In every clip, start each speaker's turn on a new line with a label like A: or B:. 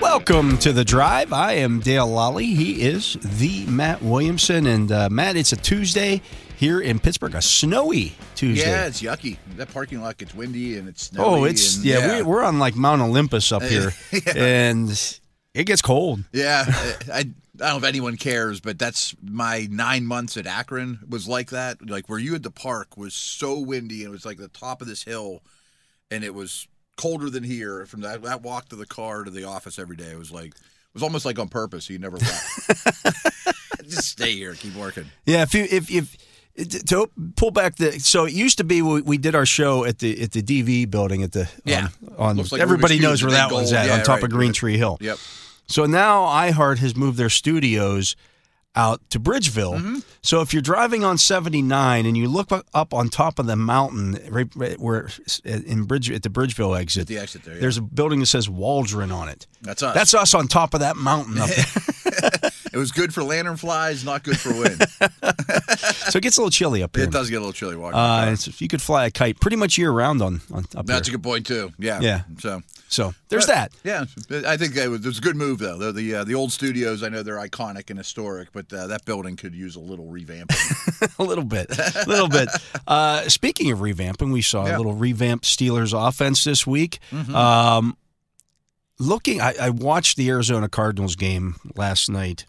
A: Welcome to the drive. I am Dale Lally. He is the Matt Williamson, and uh, Matt, it's a Tuesday here in Pittsburgh, a snowy Tuesday.
B: Yeah, it's yucky. That parking lot gets windy and it's snowy.
A: oh, it's
B: and-
A: yeah, We, we're on like Mount Olympus up here, and it gets cold.
B: yeah. I, I don't know if anyone cares, but that's my nine months at Akron was like that. Like where you at the park was so windy and it was like the top of this hill, and it was colder than here. From that, that walk to the car to the office every day, it was like it was almost like on purpose. So you never left. Just stay here, keep working.
A: Yeah, if you if if to op- pull back the so it used to be we, we did our show at the at the DV building at the
B: Yeah.
A: on, on
B: Looks like
A: everybody
B: Rubik's
A: knows where
B: Cube, the
A: that
B: big
A: one's
B: gold.
A: at
B: Yeah,
A: on top of
B: right,
A: Green
B: right.
A: Tree Hill.
B: Yep.
A: So now iHeart has moved their studios out to Bridgeville.
B: Mm-hmm.
A: So if you're driving on 79 and you look up on top of the mountain right, right where in Bridge at the Bridgeville exit,
B: The exit there. yeah.
A: there's a building that says Waldron on it.
B: that's us.
A: That's us on top of that mountain up there.
B: it was good for lantern flies, not good for wind.
A: so it gets a little chilly up here.
B: it does get a little chilly walking.
A: Uh, it's- you could fly a kite pretty much year round on, on up
B: That's a
A: here.
B: good point too. Yeah.
A: Yeah.
B: So
A: so there's
B: but-
A: that.
B: Yeah, I think that was, it was a good move though. The the, uh, the old studios, I know they're iconic and historic, but uh, that building could use a little revamping.
A: a little bit, a little bit. Uh, speaking of revamping, we saw a
B: Yeah. Mm-hmm.
A: little revamped Steelers offense this week. Um, looking, I, I watched the Arizona Cardinals game last night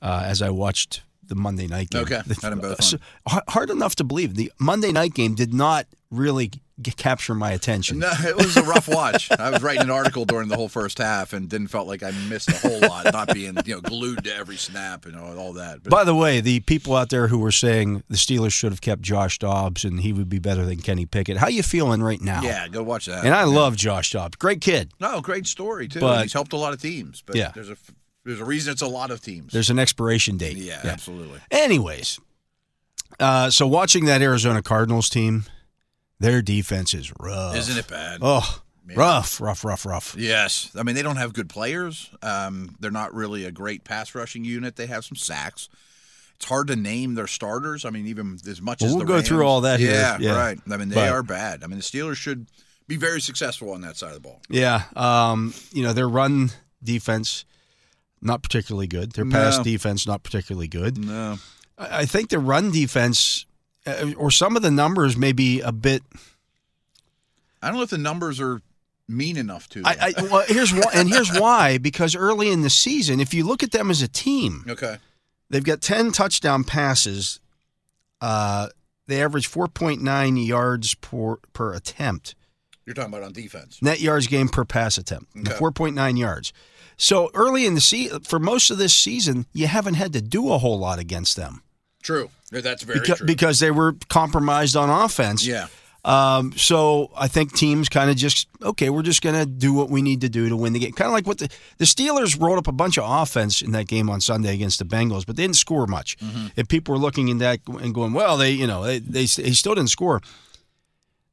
A: uh, as I watched the Monday night game.
B: Okay, had 'em both on.
A: So, ha- hard enough to believe the Monday night game did not really g- capture my attention.
B: no, it was a rough watch. I was writing an article during the whole first half and didn't felt like I missed a whole lot, not being you know glued to every snap and all, all that. But,
A: By the way, the people out there who were saying the Steelers should have kept Josh Dobbs and he would be better than Kenny Pickett, how you feeling right now?
B: yeah, go watch that.
A: And I love Josh Dobbs. Great kid.
B: no, great story too.
A: But-
B: He's helped a lot of teams. But
A: Yeah.
B: there's a f- there's a reason it's a lot of teams.
A: There's an expiration date.
B: yeah, absolutely.
A: Anyways, uh, so watching that Arizona Cardinals team, their defense is rough.
B: Isn't it bad?
A: Oh,
B: Man.
A: rough, rough, rough, rough.
B: Yes, I mean they don't have good players. Um, they're not really a great pass rushing unit. They have some sacks. It's hard to name their starters. I mean, even as much
A: Well,
B: as
A: we'll
B: the
A: go
B: Rams.
A: through all that here.
B: Yeah,
A: Yeah.
B: right. I mean, they
A: But-
B: are bad. I mean, the Steelers should be very successful on that side of the ball.
A: Yeah. Um, you know, their run defense, not particularly good. Their pass
B: No.
A: defense, not particularly good.
B: No,
A: I I think the run defense, uh, or some of the numbers, may be a bit.
B: I don't know if the numbers are mean enough to.
A: I, I well, here's why, and here's why. Because early in the season, if you look at them as a team,
B: I, okay,
A: They've got 10 touchdown passes. Uh, they average 4.9 yards per, per attempt,
B: you're talking about on defense.
A: net yards game per pass attempt,
B: Okay.
A: 4.9 yards. So early in the season, for most of this season, you haven't had to do a whole lot against them
B: True. Yeah, That's very
A: because,
B: true.
A: because they were compromised on offense.
B: yeah,
A: Um, so I think teams kind of just okay, we're just gonna do what we need to do to win the game. Kind of like what the the Steelers rolled up a bunch of offense in that game on Sunday against the Bengals, but they didn't score much.
B: Mm-hmm.
A: If people were looking in that and going, well, they you know they they, they still didn't score.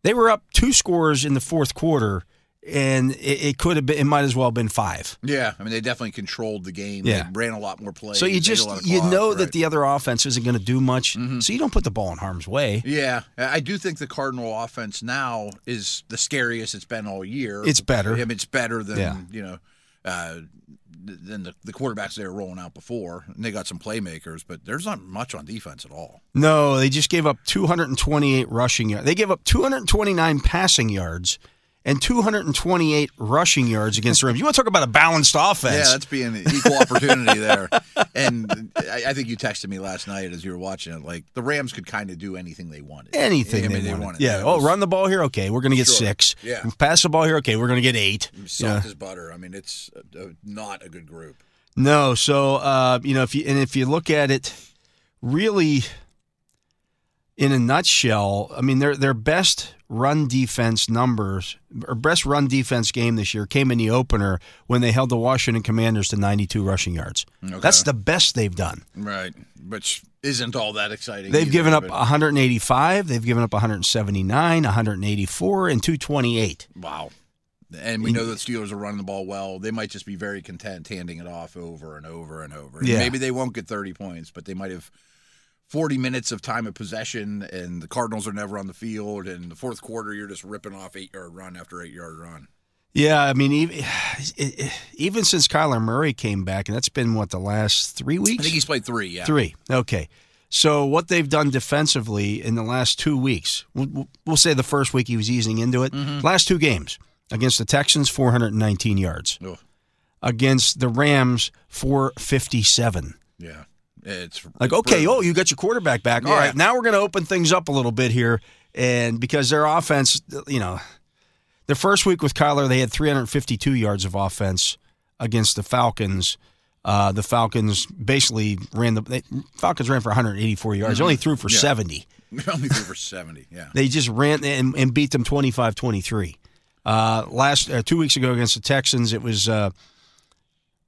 A: They were up two scores in the fourth quarter, and it, it could have been it might as well have been five.
B: yeah. I mean, they definitely controlled the game.
A: Yeah.
B: they ran a lot more plays.
A: So you
B: ate a lot
A: just
B: of
A: you
B: clock,
A: know
B: right. Mm-hmm.
A: that the other offense isn't going to do much, so you don't put the ball in harm's way.
B: Yeah, I I do think the Cardinal offense now is the scariest it's been all year.
A: It's better.
B: I mean, it's better than
A: Yeah.
B: you know, uh, th- than the, the quarterbacks they were rolling out before. And they got some playmakers, but there's not much on defense at all.
A: No, they just gave up 228 rushing yards. They gave up 229 passing yards and 228 rushing yards against the Rams. You want to talk about a balanced offense?
B: Yeah, that's being equal opportunity there. And I, I think you texted me last night as you were watching it. Like the Rams could kind of do anything they wanted.
A: Anything
B: I mean,
A: they,
B: they
A: wanted.
B: wanted.
A: Yeah.
B: That
A: Oh,
B: was-
A: run the ball here. Okay, we're going to get
B: Sure.
A: six.
B: Yeah.
A: Pass the ball here. Okay, we're going to get eight.
B: Soft as butter. I mean, it's uh, not a good group.
A: No, so uh, you know if you and if you look at it, really, in a nutshell, I mean their their best run defense numbers or best run defense game this year came in the opener when they held the Washington Commanders to 92 rushing yards. That's the best they've done.
B: Right, which isn't all that exciting.
A: They've
B: either,
A: given up
B: but-
A: 185, they've given up 179, 184, and 228.
B: Wow. And we know that Steelers are running the ball well. They might just be very content handing it off over and over and over. And
A: Yeah.
B: Maybe they won't get 30 points, but they might have 40 minutes of time of possession, and the Cardinals are never on the field. And the fourth quarter, you're just ripping off eight yard run after eight yard run.
A: Yeah, I mean, even, even since Kyler Murray came back, and that's been what the last three
B: I
A: weeks.
B: think he's played three. Yeah.
A: Three. Okay. So what they've done defensively in the last two weeks, we'll, we'll say the first week he was easing into it. Last two games against the Texans, 419 yards.
B: Ugh.
A: Against the Rams, 457.
B: Yeah. It's
A: Like,
B: it's
A: okay,
B: brutal.
A: oh, you got your quarterback back. All
B: Yeah.
A: right, now we're going to open things up a little bit here. And because their offense, you know, the first week with Kyler, they had 352 yards of offense against the Falcons. Uh, the Falcons basically ran the they, Falcons ran for 184 yards. They only threw for
B: Mm-hmm. Yeah.
A: 70.
B: only threw for seventy. Yeah.
A: They just ran and, and beat them 25 23. Uh, last uh, two weeks ago against the Texans, it was uh,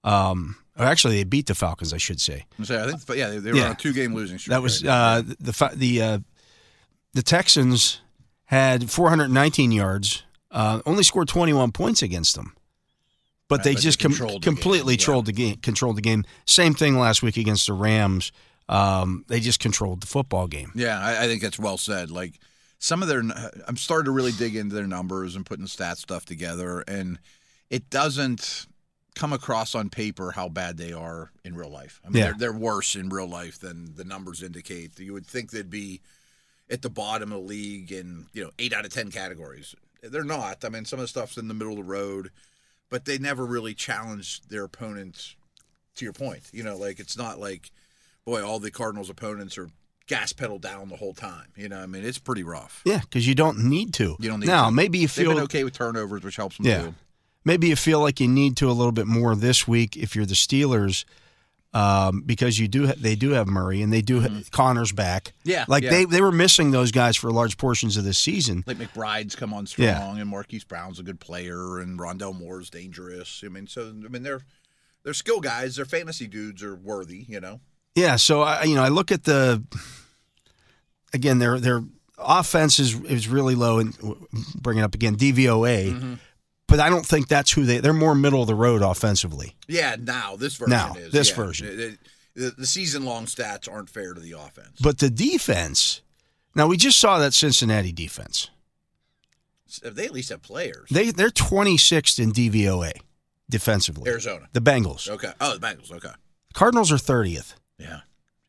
A: um, or actually they beat the Falcons, I should say.
B: So I think, but yeah, they, they were
A: Yeah.
B: on a two-game losing streak.
A: That was
B: right?
A: uh, the fa- the uh, the Texans had 419 yards, uh, only scored 21 points against them, but
B: Right,
A: they
B: but
A: just
B: they
A: com-
B: controlled the game,
A: completely
B: yeah.
A: trolled the game. Controlled the game. Same thing last week against the Rams. Um, they just controlled the football game.
B: Yeah, I, I think that's well said. Like some of their, I'm starting to really dig into their numbers and putting stat stuff together, and it doesn't come across on paper how bad they are in real life. I mean,
A: Yeah.
B: they're, they're worse in real life than the numbers indicate. You would think they'd be at the bottom of the league in you know eight out of ten categories. They're not. I mean, some of the stuff's in the middle of the road, but they never really challenged their opponents. To your point, you know, like it's not like, boy, all the Cardinals' opponents are gas pedal down the whole time. You know, I mean, it's pretty rough.
A: Yeah, because you don't need to.
B: You don't need
A: now.
B: to.
A: Maybe you
B: They've
A: feel
B: been okay with turnovers, which helps them
A: Yeah.
B: too.
A: maybe you feel like you need to a little bit more this week if you're the Steelers. Um, because you do, ha- they do have Murray and they do ha-
B: Mm-hmm.
A: Connor's back.
B: Yeah,
A: like
B: yeah.
A: they they were missing those guys for large portions of this season.
B: Like McBride's come on strong,
A: Yeah.
B: and Marquise Brown's a good player, and Rondell Moore's dangerous. I mean, so I mean, they're they're skill guys. Their fantasy dudes are worthy. You know.
A: Yeah, so I you know I look at the again their their offense is is really low and bring it up again DVOA,
B: Mm-hmm.
A: but I don't think that's who they they're more middle of the road offensively.
B: Yeah, now this version
A: Now,
B: is
A: this
B: yeah.
A: version.
B: It- it- the, the season long stats aren't fair to the offense.
A: But the defense, now we just saw that Cincinnati defense.
B: So They at least have players.
A: They they're 26th in DVOA defensively.
B: Arizona.
A: the Bengals.
B: Okay. Oh, the Bengals. Okay.
A: Cardinals are 30th
B: Yeah.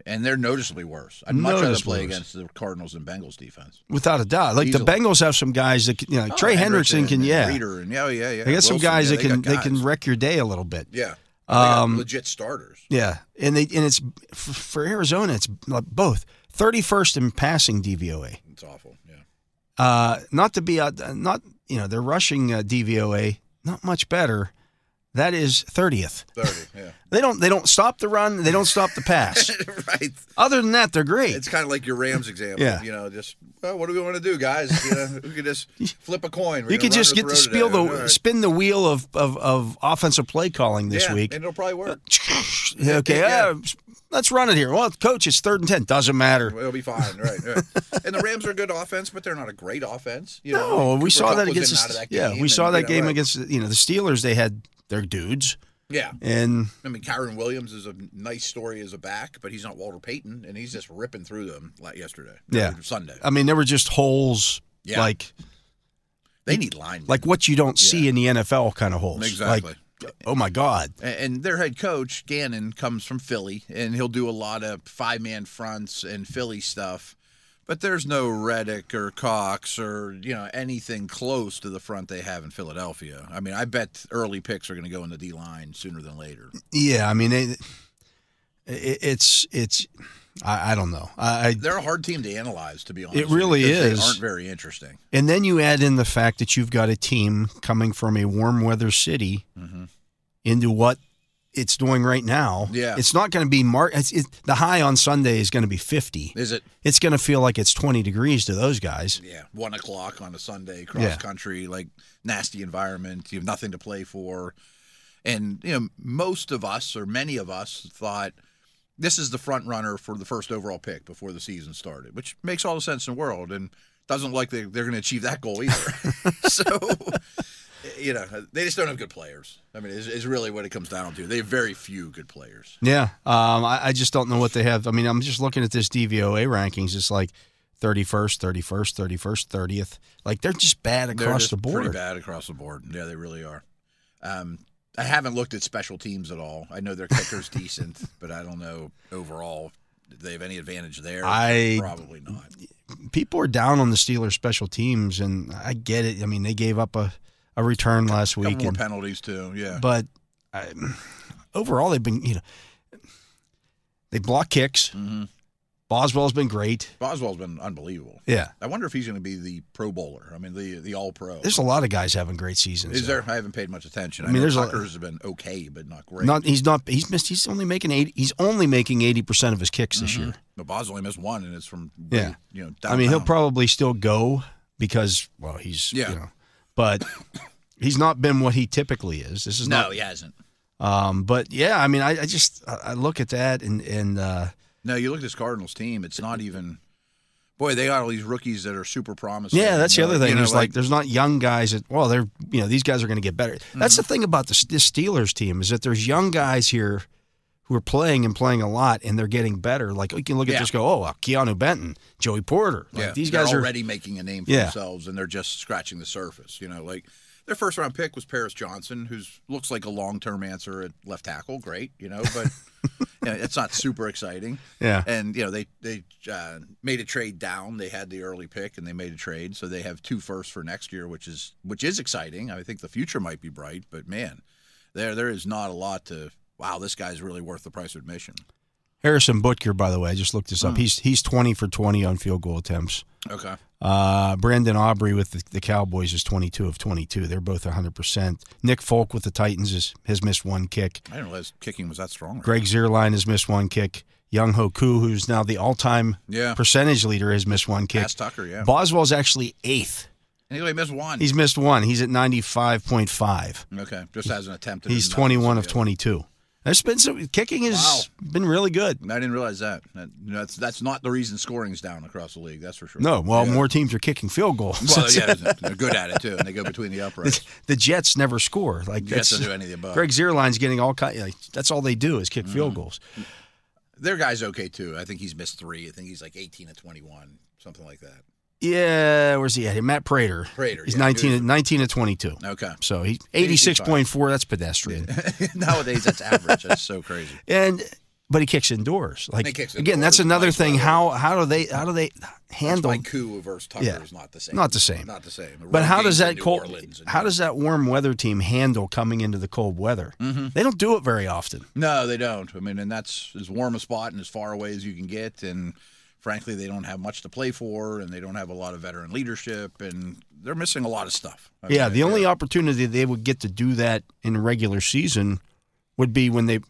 B: And they're noticeably worse. I'd much rather
A: Noticeably
B: play
A: worse.
B: against the Cardinals and Bengals defense.
A: without a doubt. Like
B: Easily.
A: the Bengals have some guys that can- you know
B: Oh,
A: Trey Hendrickson can
B: and
A: yeah.
B: Reader and yeah, yeah, yeah.
A: They got some
B: Wilson,
A: guys
B: yeah,
A: that can
B: got
A: they can
B: guys.
A: wreck your day a little bit.
B: yeah. They got
A: Um,
B: legit starters.
A: Yeah, and they and it's f- for Arizona. It's like both thirty first in passing DVOA.
B: It's awful. Yeah.
A: Uh, not to be out, not you know they're rushing uh, DVOA. Not much better. That is thirtieth.
B: Thirty. Yeah.
A: They don't they don't stop the run. They don't stop the pass.
B: right.
A: Other than that, they're great.
B: It's kind of like your Rams example.
A: Yeah.
B: You know, just well, what do we want to do, guys? You know, we could just flip a coin. We're
A: you
B: gonna
A: could
B: run
A: just
B: with
A: get to
B: Roto
A: spiel the
B: today. All right.
A: spin the wheel of, of, of offensive play calling this
B: Yeah,
A: week.
B: and it'll probably work.
A: okay,
B: yeah.
A: uh, let's run it here. Well, coach, it's third and ten. Doesn't matter.
B: It'll be fine, right? right. and the Rams are a good offense, but they're not a great offense. You know,
A: No, we
B: Cooper
A: saw
B: Kupp
A: that
B: was in
A: against.
B: and
A: the-
B: out of that
A: yeah,
B: game,
A: we saw
B: and, you
A: that
B: know,
A: game
B: right.
A: against you know the Steelers. They had their dudes,
B: Yeah,
A: and
B: I mean, Kyron Williams is a nice story as a back, but he's not Walter Payton, and he's just ripping through them like yesterday.
A: Yeah.
B: or Sunday.
A: I mean there were just holes
B: Yeah.
A: like
B: They need line.
A: like what you don't see
B: Yeah.
A: in the NFL kind of holes.
B: exactly.
A: Like, oh my God,
B: A- and their head coach Gannon comes from Philly, and he'll do a lot of five man fronts and Philly stuff. But there's no Reddick or Cox or you know anything close to the front they have in Philadelphia. I mean, I bet early picks are going to go in the D line sooner than later.
A: yeah. I mean it, it, it's it's I, I don't know. I, I
B: They're a hard team to analyze, to be honest.
A: It
B: with you,
A: really
B: because
A: is.
B: They aren't very interesting.
A: and then you add in the fact that you've got a team coming from a warm weather city
B: Mm-hmm.
A: into what it's doing right now.
B: Yeah.
A: it's not going to be mar- it's, it, The high on Sunday is going to be fifty.
B: Is it?
A: it's going to feel like it's 20 degrees to those guys.
B: Yeah, one o'clock on a Sunday, cross
A: Yeah.
B: country, like nasty environment. You have nothing to play for, and you know most of us or many of us thought this is the front runner for the first overall pick before the season started, which makes all the sense in the world, and doesn't like they, they're going to achieve that goal either. so. You know, they just don't have good players. I mean, is, is really what it comes down to. They have very few good players.
A: Yeah. Um, I, I just don't know what they have. I mean, I'm just looking at this DVOA rankings. It's like 31st, 31st, 31st, 30th. Like they're just bad
B: They're
A: across
B: just
A: the board.
B: Pretty bad across the board. Yeah, they really are. Um, I haven't looked at special teams at all. I know their kicker's decent, but I don't know overall if they have any advantage there.
A: I-
B: probably not.
A: People are down on the Steelers special teams and I get it. I mean, they gave up a, a return last
B: Couple
A: week
B: more
A: and
B: penalties too. Yeah,
A: but I, overall they've been, you know, they block kicks.
B: Mhm.
A: Boswell's been great.
B: Boswell's been unbelievable.
A: Yeah.
B: I wonder if he's going to be the Pro Bowler. I mean, the the All Pro.
A: There's a lot of guys having great seasons.
B: Is
A: though.
B: there? I haven't paid much attention. I,
A: I mean,
B: mean, know
A: there's a-
B: Tucker's has been okay, but not great.
A: Not he's not he's missed he's only making 80 he's only making 80% of his kicks this year.
B: Mm-hmm. but Bos only missed one, and it's from
A: Yeah.
B: You know,
A: I mean, he'll
B: downtown.
A: probably still go because well, he's
B: Yeah.
A: you know, but he's not been what he typically is. This is
B: no,
A: not.
B: he hasn't.
A: Um, but yeah, I mean, I, I just I, I look at that and and uh,
B: No, you look at this Cardinals team; it's not even. Boy, they got all these rookies that are super promising.
A: yeah, that's the
B: You know,
A: other thing.
B: uh, you know,
A: there's like, there's not young guys that well, they're you know these guys are going to get better. That's the
B: Mm-hmm.
A: thing about this, this Steelers team is that there's young guys here who are playing and playing a lot and they're getting better. Like you can look at
B: Yeah.
A: just go, oh, well, Keanu Benton, Joey Porter, like,
B: yeah,
A: these
B: they're
A: guys are
B: already making a name for
A: Yeah.
B: themselves, and they're just scratching the surface. You know, like their first round pick was Paris Johnson, who's looks like a long term answer at left tackle. Great, you know, but you know, it's not super exciting.
A: yeah.
B: And you know they they uh, made a trade down. They had the early pick and they made a trade, so they have two firsts for next year, which is which is exciting. I think the future might be bright, but man, there there is not a lot to. Wow, this guy's really worth the price of admission.
A: Harrison Butker, by the way, I just looked this up. He's he's twenty for twenty on field goal attempts.
B: Okay,
A: Uh, Brandon Aubrey with the, the Cowboys is twenty two of twenty two. They're both hundred percent. Nick Folk with the Titans is, has missed one kick.
B: I didn't realize kicking was that strong.
A: Greg Zierlein has missed one kick. Young Hoku, who's now the all time
B: Yeah,
A: percentage leader, has missed one kick.
B: Pass Tucker. Yeah,
A: Boswell's actually eighth.
B: anyway, missed one.
A: He's missed one. He's at ninety five point five.
B: okay, just as an attempt.
A: He's twenty one of twenty two. There's been some kicking has been really good.
B: I didn't realize that. that. That's that's not the reason scoring's down across the league. That's for sure.
A: No, well,
B: Yeah.
A: more teams are kicking field goals.
B: Well, yeah, they're good at it too, and they go between the uprights.
A: the Jets never score. Like
B: You have
A: that's
B: to do any of the above.
A: Greg Zierlein's getting all kind. Like, that's all they do is kick
B: Mm-hmm.
A: field goals.
B: Their guy's okay too. I think he's missed three. I think he's like eighteen to twenty-one, something like that.
A: Yeah, where's he at? Matt Prater.
B: Prater,
A: He's
B: yeah,
A: 19, 19 to 22.
B: Okay.
A: So he's 86.4. That's pedestrian.
B: Nowadays, that's average. That's so crazy.
A: And but he kicks indoors. Like
B: He kicks
A: again, that's
B: indoors,
A: another
B: nice
A: thing.
B: weather.
A: How how do they how do they
B: That's
A: handle?
B: why Koo versus Tucker
A: Yeah.
B: is not the same.
A: Not the same.
B: Not the same. The
A: But
B: road
A: how does
B: games in
A: that
B: New
A: cold?
B: Orleans and-
A: How does that warm weather team handle coming into the cold weather?
B: Mm-hmm.
A: They don't do it very often.
B: No, they don't. I mean, and that's as warm a spot and as far away as you can get. And frankly, they don't have much to play for, and they don't have a lot of veteran leadership, and they're missing a lot of stuff. I
A: Yeah,
B: mean,
A: the only opportunity they would get to do that in regular season would be when they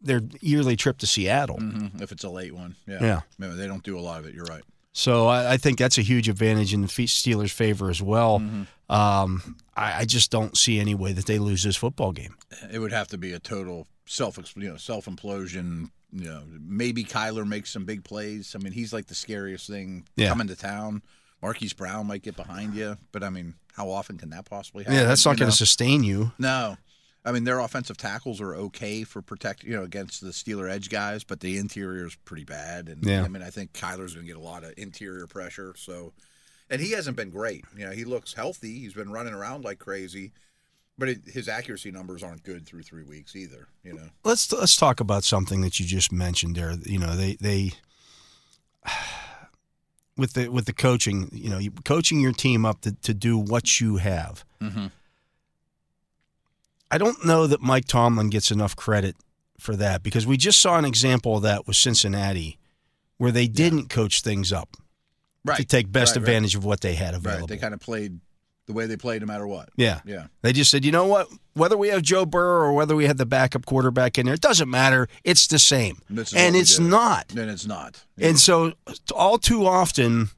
A: their yearly trip to Seattle.
B: Mhm, if it's a late one, yeah,
A: Yeah.
B: No, they don't do a lot of it. You're right.
A: So I, I think that's a huge advantage in the Fe- Steelers' favor as well.
B: Mm. Mm-hmm.
A: Um, I, I just don't see any way that they lose this football game.
B: it would have to be a total self you know self implosion. You know, maybe Kyler makes some big plays. I mean, he's like the scariest thing
A: Yeah.
B: coming to town. Marquise Brown might get behind you, but I mean, how often can that possibly happen?
A: Yeah, that's not
B: you
A: going
B: know?
A: to sustain you.
B: No. I mean, their offensive tackles are okay for protect, you know, against the Steeler edge guys, but the interior is pretty bad. And
A: Yeah.
B: I mean, I think Kyler's going to get a lot of interior pressure. So, and he hasn't been great. You know, he looks healthy. He's been running around like crazy, but it, his accuracy numbers aren't good through three weeks either. You know,
A: Let's let's talk about something that you just mentioned there. You know, they they with the with the coaching. You know, you, coaching your team up to, to do what you have.
B: mm-hmm.
A: I don't know that Mike Tomlin gets enough credit for that because we just saw an example of that with Cincinnati, where they didn't coach things up to
B: right,
A: take best
B: Right, right.
A: advantage of what they had available.
B: right. They kind of played the way they played, no matter what.
A: Yeah.
B: Yeah,
A: They just said, you know what? Whether we have Joe Burrow or whether we have the backup quarterback in there, it doesn't matter. It's the same.
B: This is
A: And
B: what we
A: it's
B: do.
A: not.
B: and it's not.
A: And so, all too often,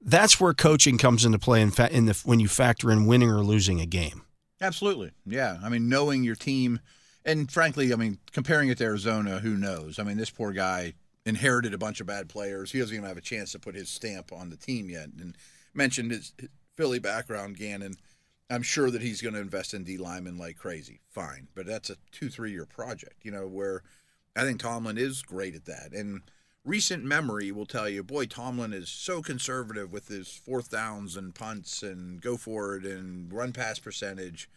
A: that's where coaching comes into play in, fa- in the, when you factor in winning or losing a game.
B: Absolutely. Yeah. I mean, knowing your team, and frankly, I mean, comparing it to Arizona, who knows? I mean, this poor guy inherited a bunch of bad players. He doesn't even have a chance to put his stamp on the team yet. And mentioned his his Philly background, Gannon. I'm sure that he's going to invest in D Lyman like crazy. Fine. But that's a two, three year project, you know, where I think Tomlin is great at that. And recent memory will tell you, boy, Tomlin is so conservative with his fourth downs and punts and go for it and run pass percentage.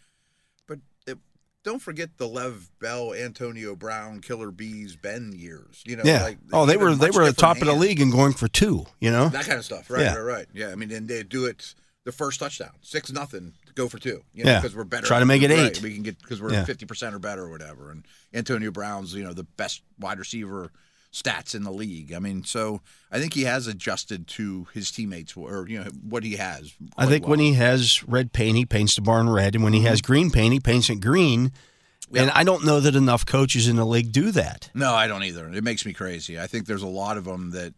B: But it, don't forget the Lev Bell, Antonio Brown, Killer Bees, Ben years. You know,
A: yeah.
B: like,
A: oh, they
B: even
A: were they
B: much
A: were at the
B: different
A: top of the
B: hands.
A: league and going for two. You know.
B: That kind of stuff, right?
A: Yeah.
B: Right, right. Yeah, I mean, and they do it the first touchdown, six nothing, go for two. You
A: Yeah.
B: because we're better.
A: Try to make it
B: Right,
A: eight.
B: We can get because we're
A: Yeah.
B: fifty percent or better or whatever. And Antonio Brown's, you know, the best wide receiver stats in the league. I mean, so I think he has adjusted to his teammates or you know what he has.
A: I
B: quite
A: think when
B: well.
A: he has red paint, he paints the barn red, and when he
B: Mm-hmm.
A: has green paint, he paints it green. And I don't know that enough coaches in the league do that.
B: No, I don't either. It makes me crazy. I think there's a lot of them that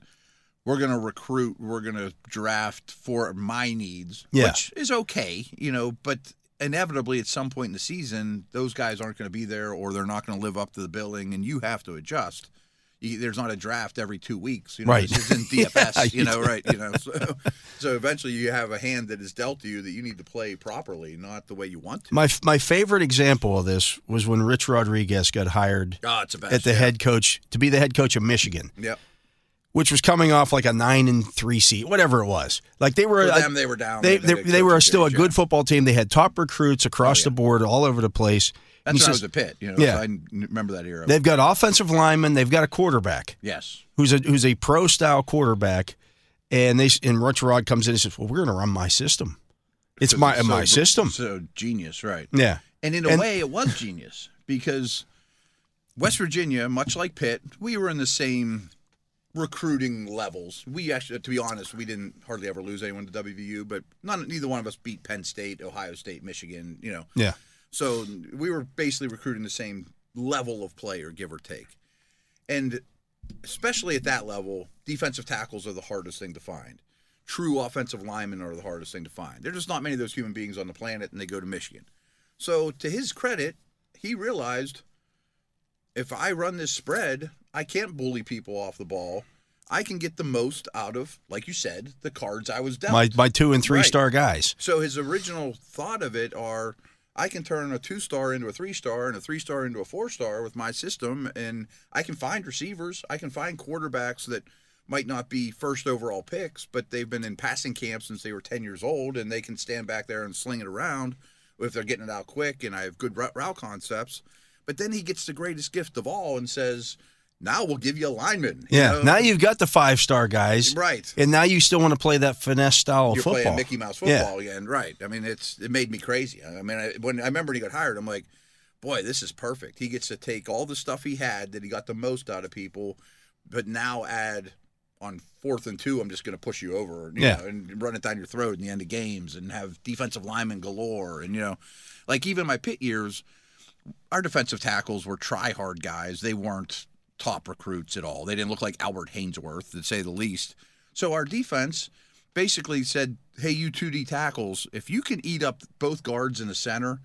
B: we're going to recruit, we're going to draft for my needs,
A: Yeah.
B: which is okay, you know, but inevitably at some point in the season, those guys aren't going to be there or they're not going to live up to the billing and you have to adjust. You- There's not a draft every two weeks, you know.
A: Right.
B: This isn't DFS,
A: Yeah,
B: you know, right? You know, so, so eventually you have a hand that is dealt to you that you need to play properly, not the way you want to.
A: My my favorite example of this was when Rich Rodriguez got hired
B: Ah, it's a best.
A: at the
B: yeah.
A: head coach to be the head coach of Michigan,
B: Yep.
A: which was coming off like a nine and three seat, whatever it was. Like they were
B: For
A: a-
B: them, they were down.
A: they
B: They've
A: they,
B: been
A: they were
B: coaches
A: still a
B: change,
A: good
B: yeah. Oh,
A: football team. They had top recruits across the board, all over the place. And
B: That's
A: he
B: when I
A: says,
B: was a pit. You know,
A: Yeah.
B: so I n- remember that era.
A: they've got offensive linemen, they've got a quarterback.
B: yes.
A: who's a who's a pro style quarterback, and they and Rich Rod comes in and says, "Well, we're going to run my system. It's
B: So-
A: my
B: so-
A: my system."
B: So genius, right?
A: Yeah,
B: And in a
A: And-
B: way, it was genius because West Virginia, much like Pitt, we were in the same recruiting levels. We actually, to be honest, we didn't hardly ever lose anyone to WVU, but not neither one of us beat Penn State, Ohio State, Michigan. You know,
A: yeah,
B: So we were basically recruiting the same level of player, give or take. And especially at that level, defensive tackles are the hardest thing to find. True offensive linemen are the hardest thing to find. There's just not many of those human beings on the planet, and they go to Michigan. So to his credit, he realized if I run this spread, I can't bully people off the ball. I can get the most out of, like you said, the cards I was dealt.
A: my my two and three
B: Right.
A: star guys.
B: So his original thought of it are I can turn a two star into a three star and a three star into a four star with my system and I can find receivers, I can find quarterbacks that might not be first overall picks, but they've been in passing camp since they were 10 years old and they can stand back there and sling it around if they're getting it out quick and I have good route route concepts. But then he gets the greatest gift of all and says, "Now we'll give you a lineman." you
A: Yeah,
B: know?
A: now you've got the five star guys,
B: right.
A: and now you still want to play that finesse style of
B: You're
A: football.
B: playing Mickey Mouse
A: Yeah.
B: football again, right? I mean, it's it made me crazy. I mean, I, when I remember he got hired, I'm like, boy, this is perfect. He gets to take all the stuff he had that he got the most out of people, but now add on fourth and two, I'm just going to push you over, you
A: Yeah.
B: know, and run it down your throat in the end of games, and have defensive linemen galore, and you know, like even my pit years, our defensive tackles were try hard guys. They weren't top recruits at all. They didn't look like Albert Hainsworth, to say the least. So our defense basically said, "Hey, you two D tackles, if you can eat up both guards in the center."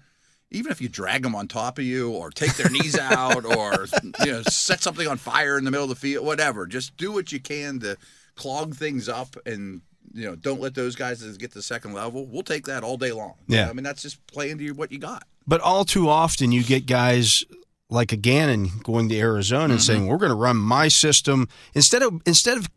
B: Even if you drag them on top of you, or take their knees out, or you know set something on fire in the middle of the field, whatever, just do what you can to clog things up, and you know don't let those guys get to the second level. We'll take that all day long. You
A: Yeah.
B: know, I mean that's just playing to what you got.
A: But all too often, you get guys like a Gannon going to Arizona
B: Mm-hmm.
A: and saying, "We're going to run my system instead of instead of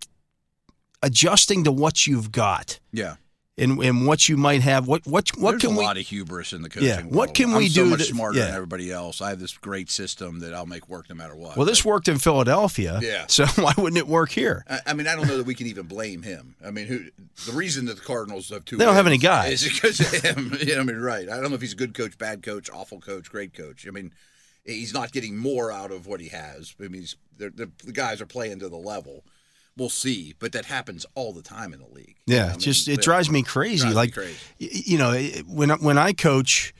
A: adjusting to what you've got."
B: Yeah.
A: And, and what you might have, what what what
B: There's
A: can
B: a
A: we
B: lot of hubris in the coaching.
A: Yeah, what
B: world.
A: can we
B: I'm so
A: do
B: much
A: to-
B: smarter
A: yeah.
B: than everybody else. I have this great system that I'll make work no matter what.
A: Well, this
B: But
A: worked in Philadelphia.
B: Yeah.
A: So why wouldn't it work here?
B: I, I mean, I don't know that we can even blame him. I mean, who the reason that the Cardinals have two
A: They don't have
B: wins
A: any guys.
B: is because of him. You know, I mean, right? I don't know if he's a good coach, bad coach, awful coach, great coach. I mean, he's not getting more out of what he has. I mean, he's, they're, the the guys are playing to the level. We'll see, but that happens all the time in the league.
A: Yeah,
B: I mean,
A: just
B: yeah,
A: it drives me crazy.
B: drives me
A: like,
B: crazy.
A: y- you know, it- when I- when I coach,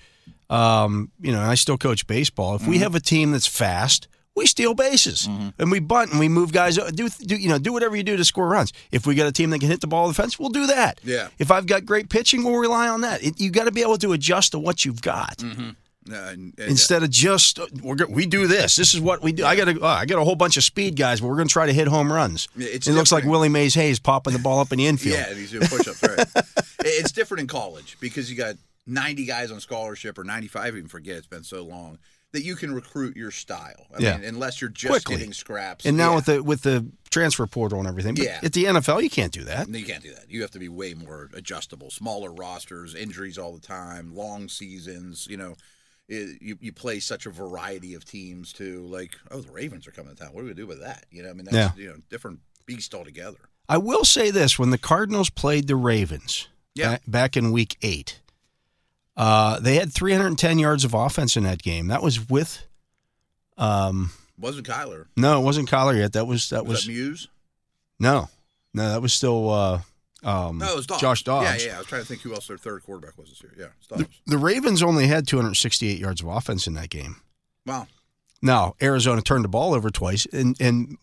A: um, you know, and I still coach baseball. If
B: Mm-hmm.
A: we have a team that's fast, we steal bases and we bunt and we move guys. uh, Do do you know? Do whatever you do to score runs. If we got a team that can hit the ball of the fence, we'll do that.
B: Yeah.
A: If I've got great pitching, we'll rely on that. It, you got to be able to adjust to what you've got
B: Uh, and- and-
A: instead of just uh, we're go- we do this. This is what we do. I got a, uh, I got a whole bunch of speed guys, but we're going to try to hit home runs.
B: Yeah, it's
A: it looks like
B: different.
A: Willie Mays Hayes popping the ball up in the infield.
B: Yeah, and he's doing push-ups. right. It- It's different in college because you got 90 guys on scholarship or 95, I even forget, it's been so long, that you can recruit your style. I
A: Yeah.
B: mean, unless you're just
A: Quickly.
B: getting scraps.
A: And now
B: Yeah.
A: with the with the transfer portal and everything, but
B: Yeah.
A: at the NFL you can't do that.
B: No, you can't do that. You have to be way more adjustable. Smaller rosters, injuries all the time, long seasons. You know, it, you you play such a variety of teams too. Like, oh, the Ravens are coming to town. What do we do with that? You know, I mean, that's you know, different beast altogether.
A: I will say this: when the Cardinals played the Ravens,
B: Yeah.
A: ba- back in Week Eight, uh, they had 310 yards of offense in that game. That was with, um,
B: Wasn't Kyler?
A: no, it wasn't Collar yet. That was that
B: Was,
A: was,
B: that Muse?
A: no, no, that was still uh, um,
B: No, it was Dobbs.
A: Josh Dobbs.
B: Yeah, yeah, yeah. I was trying to think who else their third quarterback was this year. Yeah, it's Dobbs.
A: The Ravens only had 268 yards of offense in that game.
B: Wow.
A: Now Arizona turned the ball over twice, and and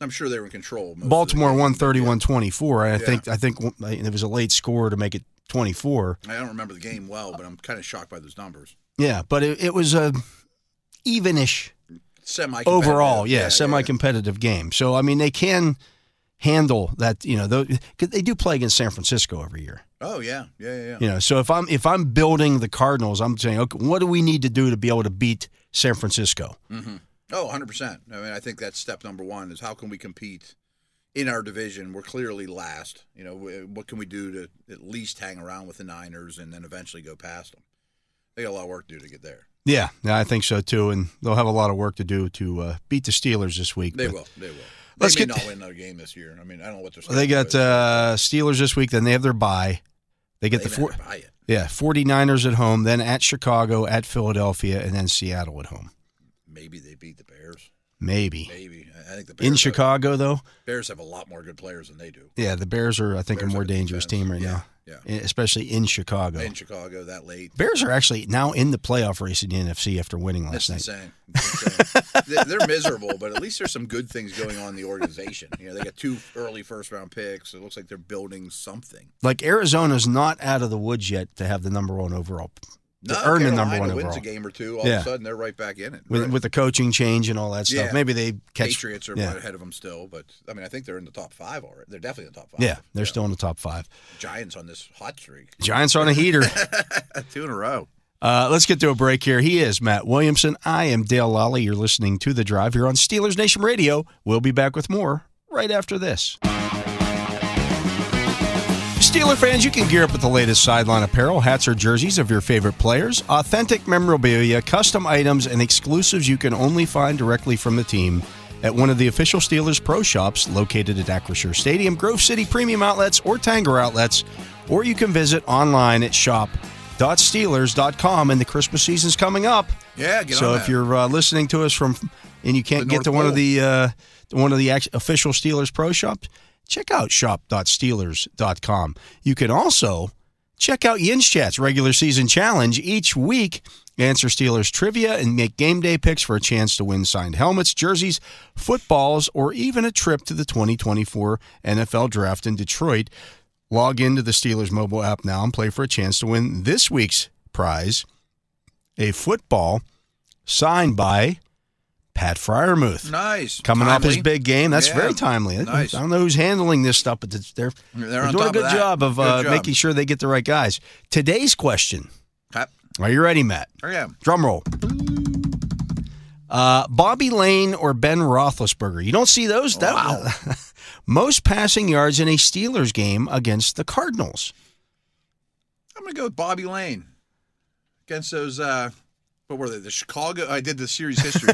B: I'm sure they were in control. most of the
A: Baltimore
B: game,
A: won
B: but
A: 31-24. and I
B: Yeah.
A: think I think it was a late score to make it 24.
B: yeah. I don't remember the game well, but I'm kind of shocked by those numbers.
A: Yeah, but it, it was a evenish
B: Semi
A: overall, yeah, semi-competitive game. So I mean, they can handle that. You know, tho- 'cause they do play against San Francisco every year.
B: Oh yeah, yeah, yeah. yeah.
A: You know, so if I'm if I'm building the Cardinals, I'm saying, okay, what do we need to do to be able to beat San Francisco?
B: Oh, 100%. I mean, I think that's step number one is how can we compete in our division? We're clearly last. You know, wh- what can we do to at least hang around with the Niners and then eventually go past them? They got a lot of work to do to get there.
A: Yeah, yeah, I think so too, and they'll have a lot of work to do to uh, beat the Steelers this week.
B: They
A: but-
B: will. They will. They
A: Let's
B: may
A: get-
B: not win another game this year. I mean, I don't know what they're
A: They got uh, Steelers this week. Then they have their bye. They get
B: they
A: the four,
B: may not buy it.
A: yeah 49ers at home, then at Chicago, at Philadelphia, and then Seattle at home.
B: Maybe they beat the Bears.
A: Maybe
B: Maybe. I- I think the Bears
A: in
B: have-
A: Chicago though.
B: Bears have a lot more good players than they do.
A: Yeah, the Bears are I think
B: Bears
A: a more
B: have a good
A: dangerous
B: defense.
A: team right
B: Yeah,
A: now,
B: yeah.
A: e- especially in Chicago.
B: In Chicago, that late.
A: Bears are actually now in the playoff race in the NFC after winning last
B: That's
A: night.
B: insane. That's insane. They- They're miserable, but at least there's some good things going on in the organization. You know, they got two early first round picks. It looks like they're building something.
A: Like Arizona's not out of the woods yet to have the number one overall to
B: No,
A: earn the
B: Carolina
A: number one
B: wins
A: overall
B: a game or two. All
A: Yeah.
B: of a sudden, they're right back in it.
A: with,
B: Right.
A: with the coaching change and all that stuff.
B: Yeah.
A: Maybe they catch.
B: Patriots are
A: yeah.
B: ahead of them still, but I mean, I think they're in the top five already. They're definitely in the top five.
A: Yeah, they're still in the top five.
B: Giants on this hot streak,
A: Giants on a heater.
B: two in a row.
A: Uh, let's get to a break here. He is Matt Williamson. I am Dale Lally. You're listening to The Drive here on Steelers Nation Radio. We'll be back with more right after this. Steeler fans, you can gear up with the latest sideline apparel, hats, or jerseys of your favorite players, authentic memorabilia, custom items, and exclusives you can only find directly from the team at one of the official Steelers pro shops located at Acrisure Stadium, Grove City Premium Outlets, or Tanger Outlets, or you can visit online at shop.steelers.com. And the Christmas season's coming up.
B: Yeah, get
A: so
B: on
A: if
B: that.
A: you're uh, listening to us from and you can't
B: The
A: get
B: North
A: to one of
B: Pole.
A: the uh, one of the act- official Steelers pro shops, check out shop.steelers.com. You can also check out Yin's Chat's regular season challenge each week. Answer Steelers trivia and make game day picks for a chance to win signed helmets, jerseys, footballs, or even a trip to the 2024 NFL Draft in Detroit. Log into the Steelers mobile app now and play for a chance to win this week's prize a football signed by Pat Fryermuth.
B: nice
A: Coming off his
B: Timely.
A: big game, that's
B: Yeah.
A: very timely. I-
B: Nice.
A: I don't know who's handling this stuff, but it's- they're,
B: They're
A: they're
B: on
A: doing a
B: top of
A: good
B: that.
A: job of
B: Good
A: uh,
B: job.
A: making sure they get the right guys. Today's question:
B: Yep.
A: Are you ready, Matt?
B: I am.
A: Drum roll. Uh, Bobby Lane or Ben Roethlisberger? You don't see those. That-
B: Wow.
A: most passing yards in a Steelers game against the Cardinals.
B: I'm gonna go with Bobby Lane against those. uh What were they? The Chicago. I did the series history.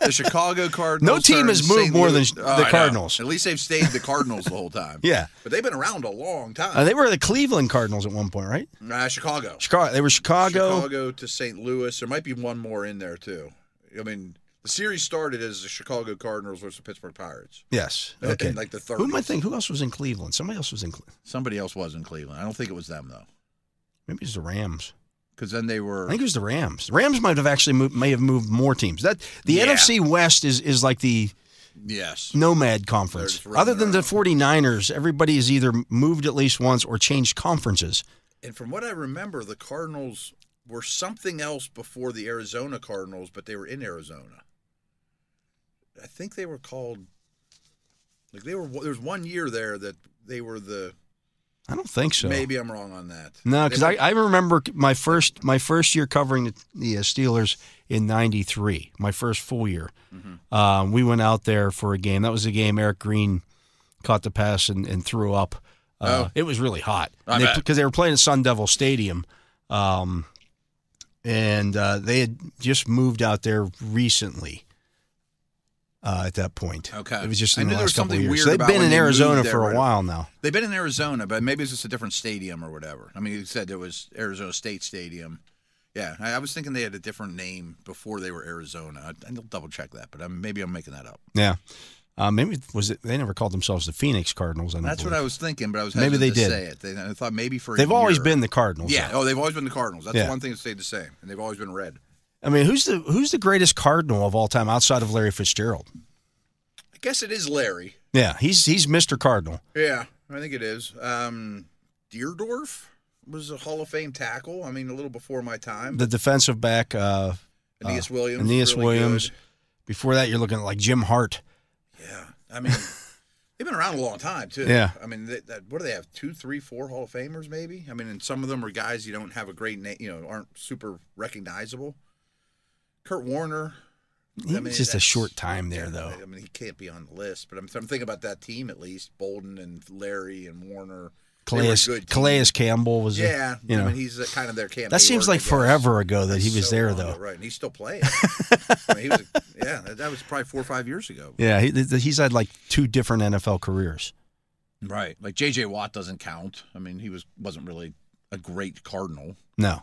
B: the Chicago Cardinals.
A: No team has
B: turned
A: moved
B: St.
A: more
B: Louis-
A: than
B: Oh,
A: the
B: I know.
A: Cardinals.
B: At least they've stayed the Cardinals the whole time.
A: Yeah,
B: but they've been around a long time.
A: uh, they were the Cleveland Cardinals at one point, right?
B: uh, Chicago.
A: Chicago. They were Chicago.
B: to St. Louis. There might be one more in there too. I mean, the series started as the Chicago Cardinals versus the Pittsburgh Pirates.
A: Yes.
B: in-
A: Okay.
B: In like the third.
A: Who am I thinking? Who else was in Cleveland? Somebody else was in. Cle-
B: Somebody else was in Cleveland. I don't think it was them though,
A: Maybe it was the Rams.
B: because then they were.
A: I think it was the Rams. The Rams might have actually moved, may have moved more teams. That the
B: Yeah.
A: NFC West is is like the
B: yes.
A: nomad conference.
B: They're just
A: Other than
B: running
A: the 49ers, everybody has either moved at least once or changed conferences.
B: And from what I remember, the Cardinals were something else before the Arizona Cardinals, but they were in Arizona. I think they were called like they were. There's one year there that they were the
A: I don't think so.
B: Maybe I'm wrong on that.
A: No, because I,
B: They-
A: I remember my first my first year covering the, the uh, Steelers in '93, my first full year.
B: Mm-hmm.
A: Um, we went out there for a game. That was the game Eric Green caught the pass and, and threw up. Uh,
B: Oh.
A: It was really hot
B: I
A: because they,
B: bet.
A: 'cause they were playing at Sun Devil Stadium, um, and uh, they had just moved out there recently. Uh, at that point,
B: Okay.
A: it was just
B: I
A: in the
B: knew there
A: last
B: was
A: couple of
B: something
A: years.
B: weird
A: So they've
B: about
A: been
B: when
A: in
B: they moved
A: Arizona
B: there,
A: for a
B: right?
A: while now.
B: They've been in Arizona, but maybe it's just a different stadium or whatever. I mean, you said there was Arizona State Stadium. Yeah, I, I was thinking they had a different name before they were Arizona. I, I'll double check that, but I'm, maybe I'm making that up.
A: Yeah. Uh, maybe it was it? They never called themselves the Phoenix Cardinals. I don't
B: That's what
A: believe.
B: I was thinking, but I was
A: Maybe
B: hesitant
A: they
B: to
A: did.
B: say it. They, I thought maybe for a
A: They've always
B: year.
A: been the Cardinals.
B: Yeah.
A: though.
B: Oh, they've always been the Cardinals. That's
A: Yeah.
B: one thing that stayed the same, and they've always been red.
A: I mean, who's the who's the greatest Cardinal of all time outside of Larry Fitzgerald?
B: I guess it is Larry.
A: Yeah, he's he's Mr. Cardinal.
B: Yeah, I think it is. Um, Deerdorf was a Hall of Fame tackle. I mean, a little before my time.
A: The defensive back, uh,
B: Aeneas Williams.
A: Aeneas
B: really
A: Williams.
B: good.
A: Before that, you're looking at like Jim Hart.
B: Yeah, I mean, they've been around a long time too.
A: Yeah.
B: I mean, they, that, what do they have? Two, three, four Hall of Famers, maybe. I mean, and some of them are guys you don't have a great name, you know, aren't super recognizable. Kurt Warner.
A: He
B: I
A: was
B: mean,
A: just a
B: that's-
A: short time there,
B: yeah,
A: though.
B: I mean, he can't be on the list, but I'm, I'm thinking about that team at least: Bolden and Larry and Warner. They were a
A: Calais,
B: good team.
A: Calais Campbell was. a-
B: Yeah,
A: you know
B: I mean, he's uh, kind of their camp.
A: that seems like forever ago that he was there, though.
B: Right, and he's still playing. I mean, he was, yeah, that, that was probably four or five years ago.
A: Yeah, he, th- he's had like two different NFL careers.
B: Right, like J.J. Watt doesn't count. I mean, he was wasn't really a great Cardinal.
A: No,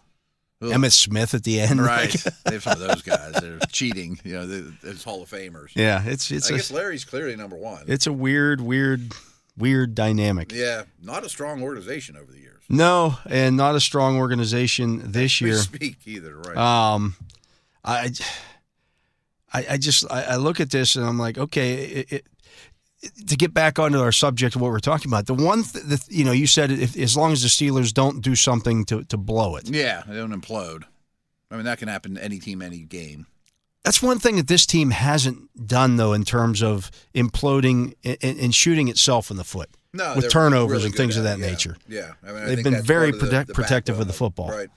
B: Ugh.
A: Emmett Smith at the end.
B: Right,
A: like-
B: they have some of those guys. They're cheating. You know, they- it's Hall of Famers.
A: yeah, it's it's
B: I
A: a,
B: guess Larry's clearly number one.
A: it's a weird, weird, weird dynamic.
B: yeah, not a strong organization over the years.
A: No, and not a strong organization this
B: We
A: year.
B: speak either, right?
A: Um, I, I, I just I, I look at this and I'm like, okay, it, it, to get back onto our subject of what we're talking about, the one th- the, you know, you said if, as long as the Steelers don't do something to to blow it,
B: yeah, they don't implode. I mean, that can happen to any team, any game.
A: that's one thing that this team hasn't done though in terms of imploding and, and, and shooting itself in the foot.
B: no,
A: with
B: they're
A: turnovers
B: really
A: and
B: good
A: things of
B: at it,
A: that
B: yeah.
A: nature.
B: Yeah, I mean, I
A: They've
B: think
A: been
B: that's
A: very
B: part of
A: protect- protective of the
B: backbone
A: football.
B: right?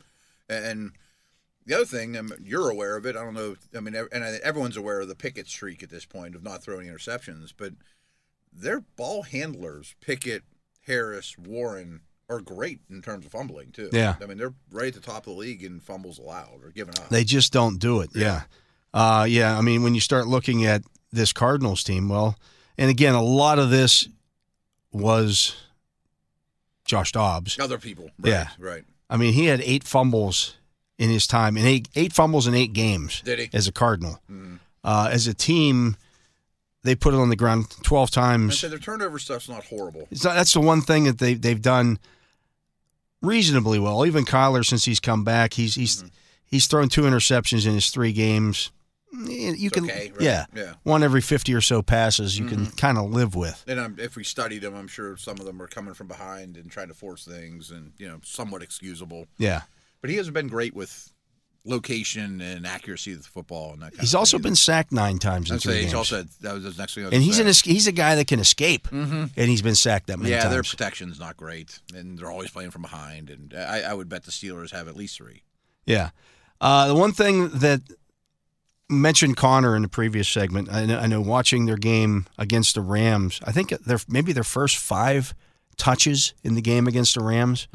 B: And the other thing, I mean, you're aware of it. I don't know. I mean, ev- and I- everyone's aware of the Pickett streak at this point of not throwing interceptions, but their ball handlers, Pickett, Harris, Warren, are great in terms of fumbling too.
A: Yeah.
B: I mean, they're right at the top of the league in fumbles allowed or given up.
A: They just don't do it. Yeah. Uh, yeah. I mean, when you start looking at this Cardinals team, well, and again, a lot of this was Josh Dobbs.
B: other people, right,
A: Yeah.
B: right.
A: I mean, he had eight fumbles in his time, and eight, eight fumbles in eight games
B: Did he?
A: as a Cardinal.
B: Mhm.
A: Uh, as a team, they put it on the ground 12
B: I
A: times.
B: said their turnover stuff's not horrible.
A: It's not, that's the one thing that they, they've done reasonably well. Even Kyler, since he's come back, he's, he's,
B: Mm-hmm.
A: he's thrown two interceptions in his three games. Eh, You
B: It's
A: can,
B: okay, right? Mm-hmm.
A: yeah,
B: yeah.
A: one every 50 or so passes you can kind of live with.
B: And um, if we studied them, I'm sure some of them are coming from behind and trying to force things, and you know, somewhat excusable.
A: Yeah.
B: But he hasn't been great with location and accuracy of the football, and that. Kind
A: He's
B: of
A: also
B: thing.
A: been sacked nine times in
B: I'd
A: three
B: say
A: games.
B: he's also that was the next thing. I was
A: and
B: gonna
A: he's an
B: say.
A: es- he's a guy that can escape, and he's been sacked that many
B: Mm-hmm. yeah, their
A: times.
B: protection's not great, and they're always playing from behind. And I, I would bet the Steelers have at least three.
A: Yeah. Uh, the one thing that mentioned Connor in the previous segment, I know, I know watching their game against the Rams, I think their maybe their first five touches in the game against the Rams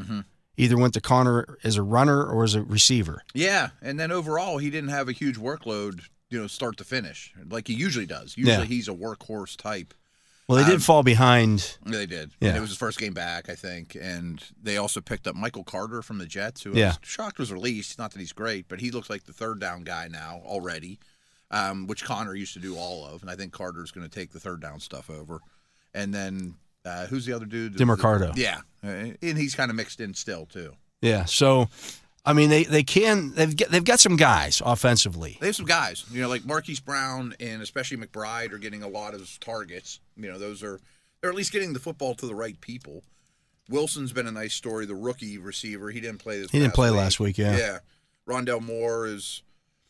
A: either went to Connor as a runner or as a receiver.
B: Yeah, and then overall, he didn't have a huge workload, you know, start to finish, like he usually does. Usually,
A: Yeah.
B: he's a workhorse type.
A: Well, they did fall behind.
B: They did.
A: Yeah.
B: And it was his first game back, I think. And they also picked up Michael Carter from the Jets, who
A: Yeah.
B: I was shocked was released. Not that he's great, but he looks like the third down guy now already, um, which Connor used to do all of. And I think Carter's going to take the third down stuff over. And then uh, who's the other dude?
A: DiMercardo.
B: Yeah. Uh, And he's kind of mixed in still, too.
A: Yeah. So, I mean, they, they can they've got, they've got some guys offensively.
B: They have some guys, you know, like Marquise Brown and especially McBride are getting a lot of targets. You know, those are they're at least getting the football to the right people. Wilson's been a nice story, the rookie receiver. He didn't play this.
A: He didn't play last week. Yeah.
B: Yeah. Rondell Moore is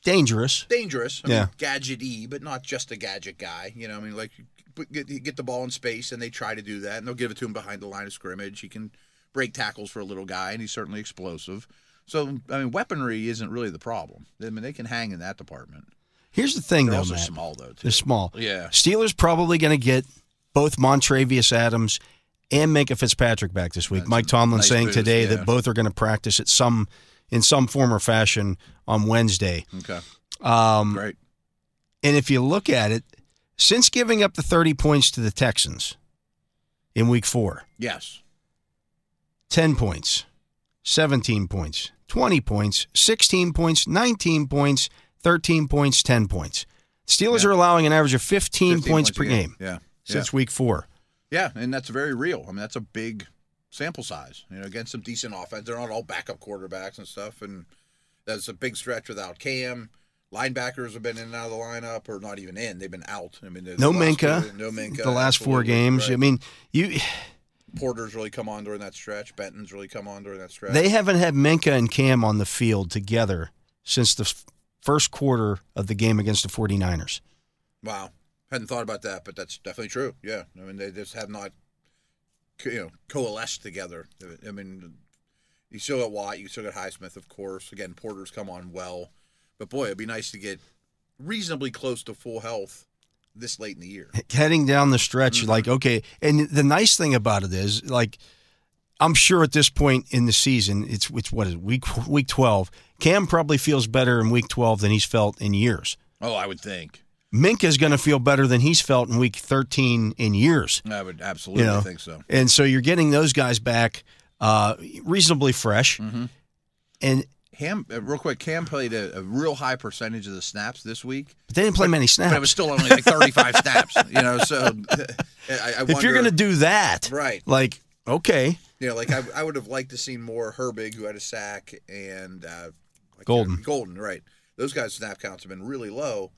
A: Dangerous.
B: dangerous. I
A: Yeah.
B: mean, gadgety, but not just a gadget guy. You know, I mean, like you put- get, you get the ball in space, and they try to do that, and they'll give it to him behind the line of scrimmage. He can break tackles for a little guy, and he's certainly explosive. So I mean, weaponry isn't really the problem. I mean, they can hang in that department.
A: Here's the thing,
B: They're
A: though,
B: also
A: Matt.
B: small though. Too.
A: They're small.
B: Yeah.
A: Steelers probably going to get both Montravius Adams and Minka Fitzpatrick back this week.
B: That's
A: Mike
B: a
A: Tomlin
B: nice
A: saying
B: boost,
A: today
B: yeah.
A: that both are going to practice at some in some form or fashion on Wednesday.
B: Okay.
A: Um,
B: Great.
A: And if you look at it, since giving up the 30 points to the Texans in week four,
B: Yes.
A: 10 points, 17 points, 20 points, 16 points, 19 points, 13 points, 10 points. Steelers
B: Yeah.
A: are allowing an average of 15,
B: 15
A: points per
B: a
A: game,
B: Yeah.
A: since week four.
B: Yeah, and that's very real. I mean, that's a big sample size. You know, against some decent offense, they're not all backup quarterbacks and stuff. And that's a big stretch without Cam. Linebackers have been in and out of the lineup, or not even in. They've been out. I mean, the
A: No
B: last
A: Minka,
B: few- no Minka.
A: the last four
B: absolutely,
A: games.
B: right.
A: I mean, you
B: Porter's really come on during that stretch. Benton's really come on during that stretch.
A: they haven't had Minka and Cam on the field together since the f- first quarter of the game against the 49ers.
B: wow, hadn't thought about that, but that's definitely true. Yeah, I mean, they just have not, co- you know, coalesced together. I mean, you still got Watt, you still got Highsmith, of course. Again, Porter's come on well, but boy, it'd be nice to get reasonably close to full health this late in the year.
A: heading down the stretch,
B: Mm-hmm.
A: like, okay. And the nice thing about it is, like, I'm sure at this point in the season, it's it's what is it, week week 12. Cam probably feels better in week 12 than he's felt in years.
B: Oh, I would think.
A: Minka's going to feel better than he's felt in week 13 in years.
B: I would absolutely
A: You know.
B: think so.
A: And so you're getting those guys back uh, reasonably fresh.
B: Mm-hmm.
A: And
B: Ham, uh, real quick, Cam played a, a real high percentage of the snaps this week.
A: but they didn't play many snaps.
B: but it was still only like 35 snaps, you know. So I, I wonder,
A: if you're going to do that,
B: right,
A: like, okay,
B: you know, like I, I would have liked to seen more Herbig, who had a sack, and uh, I can't
A: Golden.
B: remember- Golden, right? Those guys' snap counts have been really low,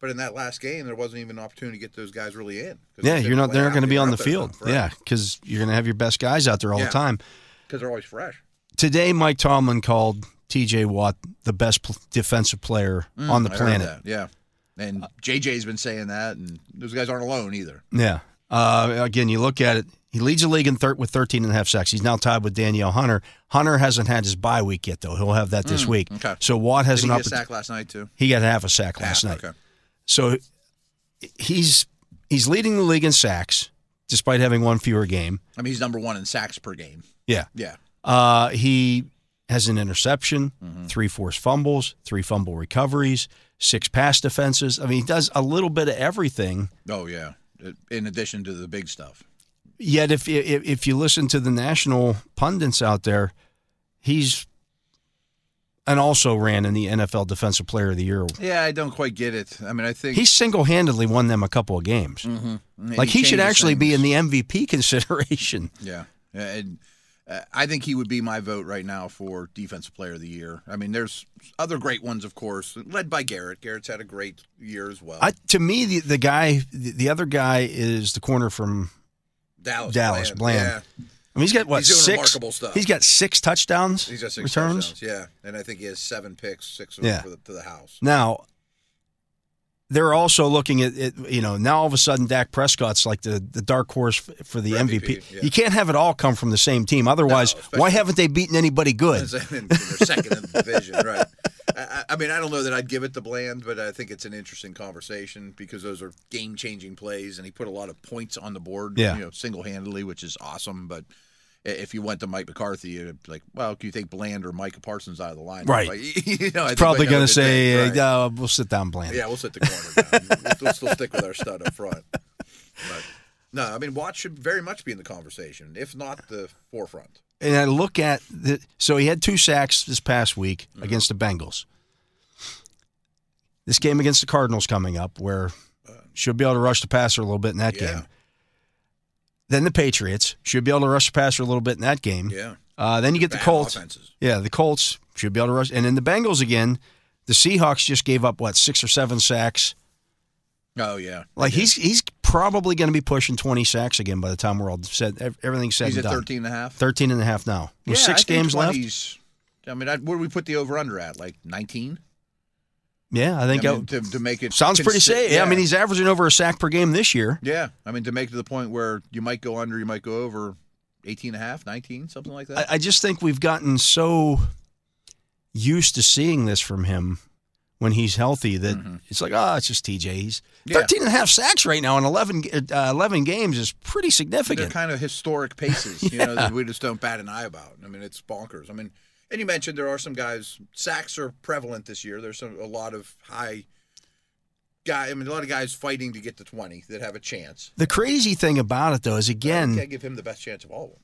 B: but in that last game, there wasn't even an opportunity to get those guys really in.
A: yeah, you're not they're not going to be on the field. Yeah, because you're going to have your best guys out there all
B: Yeah.
A: the time.
B: because they're always fresh.
A: today Mike Tomlin called TJ Watt the best pl- defensive player on the
B: Mm, I heard
A: planet. Uh,
B: that, yeah. And JJ's been saying that, and those guys aren't alone either.
A: Yeah. Uh, again, you look at it. He leads the league in thir- with 13 and a half sacks. He's now tied with Danielle Hunter. Hunter hasn't had his bye week yet, though. He'll have that this week.
B: okay.
A: So Watt
B: Mm. Did
A: has
B: he
A: an
B: get a
A: opportunity.
B: sack last night too?
A: He got half a sack last
B: Ah,
A: night.
B: Okay.
A: So he's he's leading the league in sacks, despite having one fewer game.
B: I mean, he's number one in sacks per game.
A: Yeah.
B: Yeah.
A: Uh, he has an interception, three forced fumbles, three fumble recoveries, six pass defenses. I mean, he does a little bit of everything.
B: Oh yeah. In addition to the big stuff.
A: Yet, if you, if if you listen to the national pundits out there, he's and also ran in the NFL Defensive Player of the Year.
B: Yeah, I don't quite get it. I mean, I think
A: He single handedly won them a couple of games. Like he, should actually be in the MVP consideration.
B: Yeah, Yeah, and uh, I think he would be my vote right now for Defensive Player of the Year. I mean, there's other great ones, of course, led by Garrett. Garrett's had a great year as well.
A: I, to me, the, the guy, the, the other guy is the corner from
B: Dallas,
A: Dallas Bland. I mean, he's got what
B: He's doing
A: six?
B: remarkable stuff.
A: He's got six touchdowns.
B: Yeah, he's got six
A: returns.
B: touchdowns. Yeah, and I think he has seven picks, six of
A: Yeah.
B: them for the, to the house.
A: Now, they're also looking at it. You know, now all of a sudden, Dak Prescott's like the, the dark horse f- for the
B: For
A: MVP.
B: MVP, yeah.
A: You can't have it all come from the same team. Otherwise,
B: No, especially-
A: why haven't they beaten anybody good?
B: in, in their second in the division, right? I, I- I mean, I don't know that I'd give it to Bland, but I think it's an interesting conversation because those are game-changing plays, and he put a lot of points on the board,
A: Yeah.
B: you know, single-handedly, which is awesome. But i- if you went to Mike McCarthy, you'd be like, well, can you take Bland or Micah Parsons out of the line?
A: Right.
B: you know, I think
A: Probably
B: like
A: going
B: other
A: to say,
B: things, right.
A: uh, we'll sit down, Bland.
B: yeah, we'll sit the corner down. we'll, we'll still stick with our stud up front. But, no, I mean, Watt should very much be in the conversation, if not the forefront.
A: And I look at the. So he had two sacks this past week
B: Mm-hmm.
A: against the Bengals. This game against the Cardinals coming up, where should be able to rush the passer a little bit in that
B: Yeah.
A: game. Then the Patriots should be able to rush the passer a little bit in that game.
B: Yeah.
A: Uh, then you get the
B: Bad
A: Colts.
B: offenses.
A: Yeah, the Colts should be able to rush. And then the Bengals again. The Seahawks just gave up what six or seven sacks.
B: Oh, yeah.
A: Like he's he's probably going to be pushing twenty sacks again by the time we're all said. ev- Everything's said
B: He's
A: and
B: at
A: done.
B: 13 and a half.
A: 13 and a half now. With six games left.
B: left. I mean, I, where do we put the over under at? Like 19?
A: Yeah, I think
B: I
A: I
B: mean, to, to make it
A: sounds pretty
B: consi-
A: safe. Yeah. I mean he's averaging over a sack per game this year.
B: yeah. I mean, to make it to the point where you might go under, you might go over. 18 and a half, 19, something like
A: I,
B: that.
A: I just think we've gotten so used to seeing this from him when he's healthy that it's like, oh, it's just TJ. He's
B: Mm-hmm. Yeah.
A: 13 and a half sacks right now in 11, g- uh, 11 games is pretty
B: They're
A: significant.
B: kind of historic paces, you know, that we just don't bat an eye about. I mean, it's bonkers. I mean, and you mentioned there are some guys sacks are prevalent this year. There's some a lot of high guy. I mean, a lot of guys fighting to get to 20 that have a chance.
A: The crazy thing about it, though, is
B: You
A: again,
B: can't give him the best chance of all of them.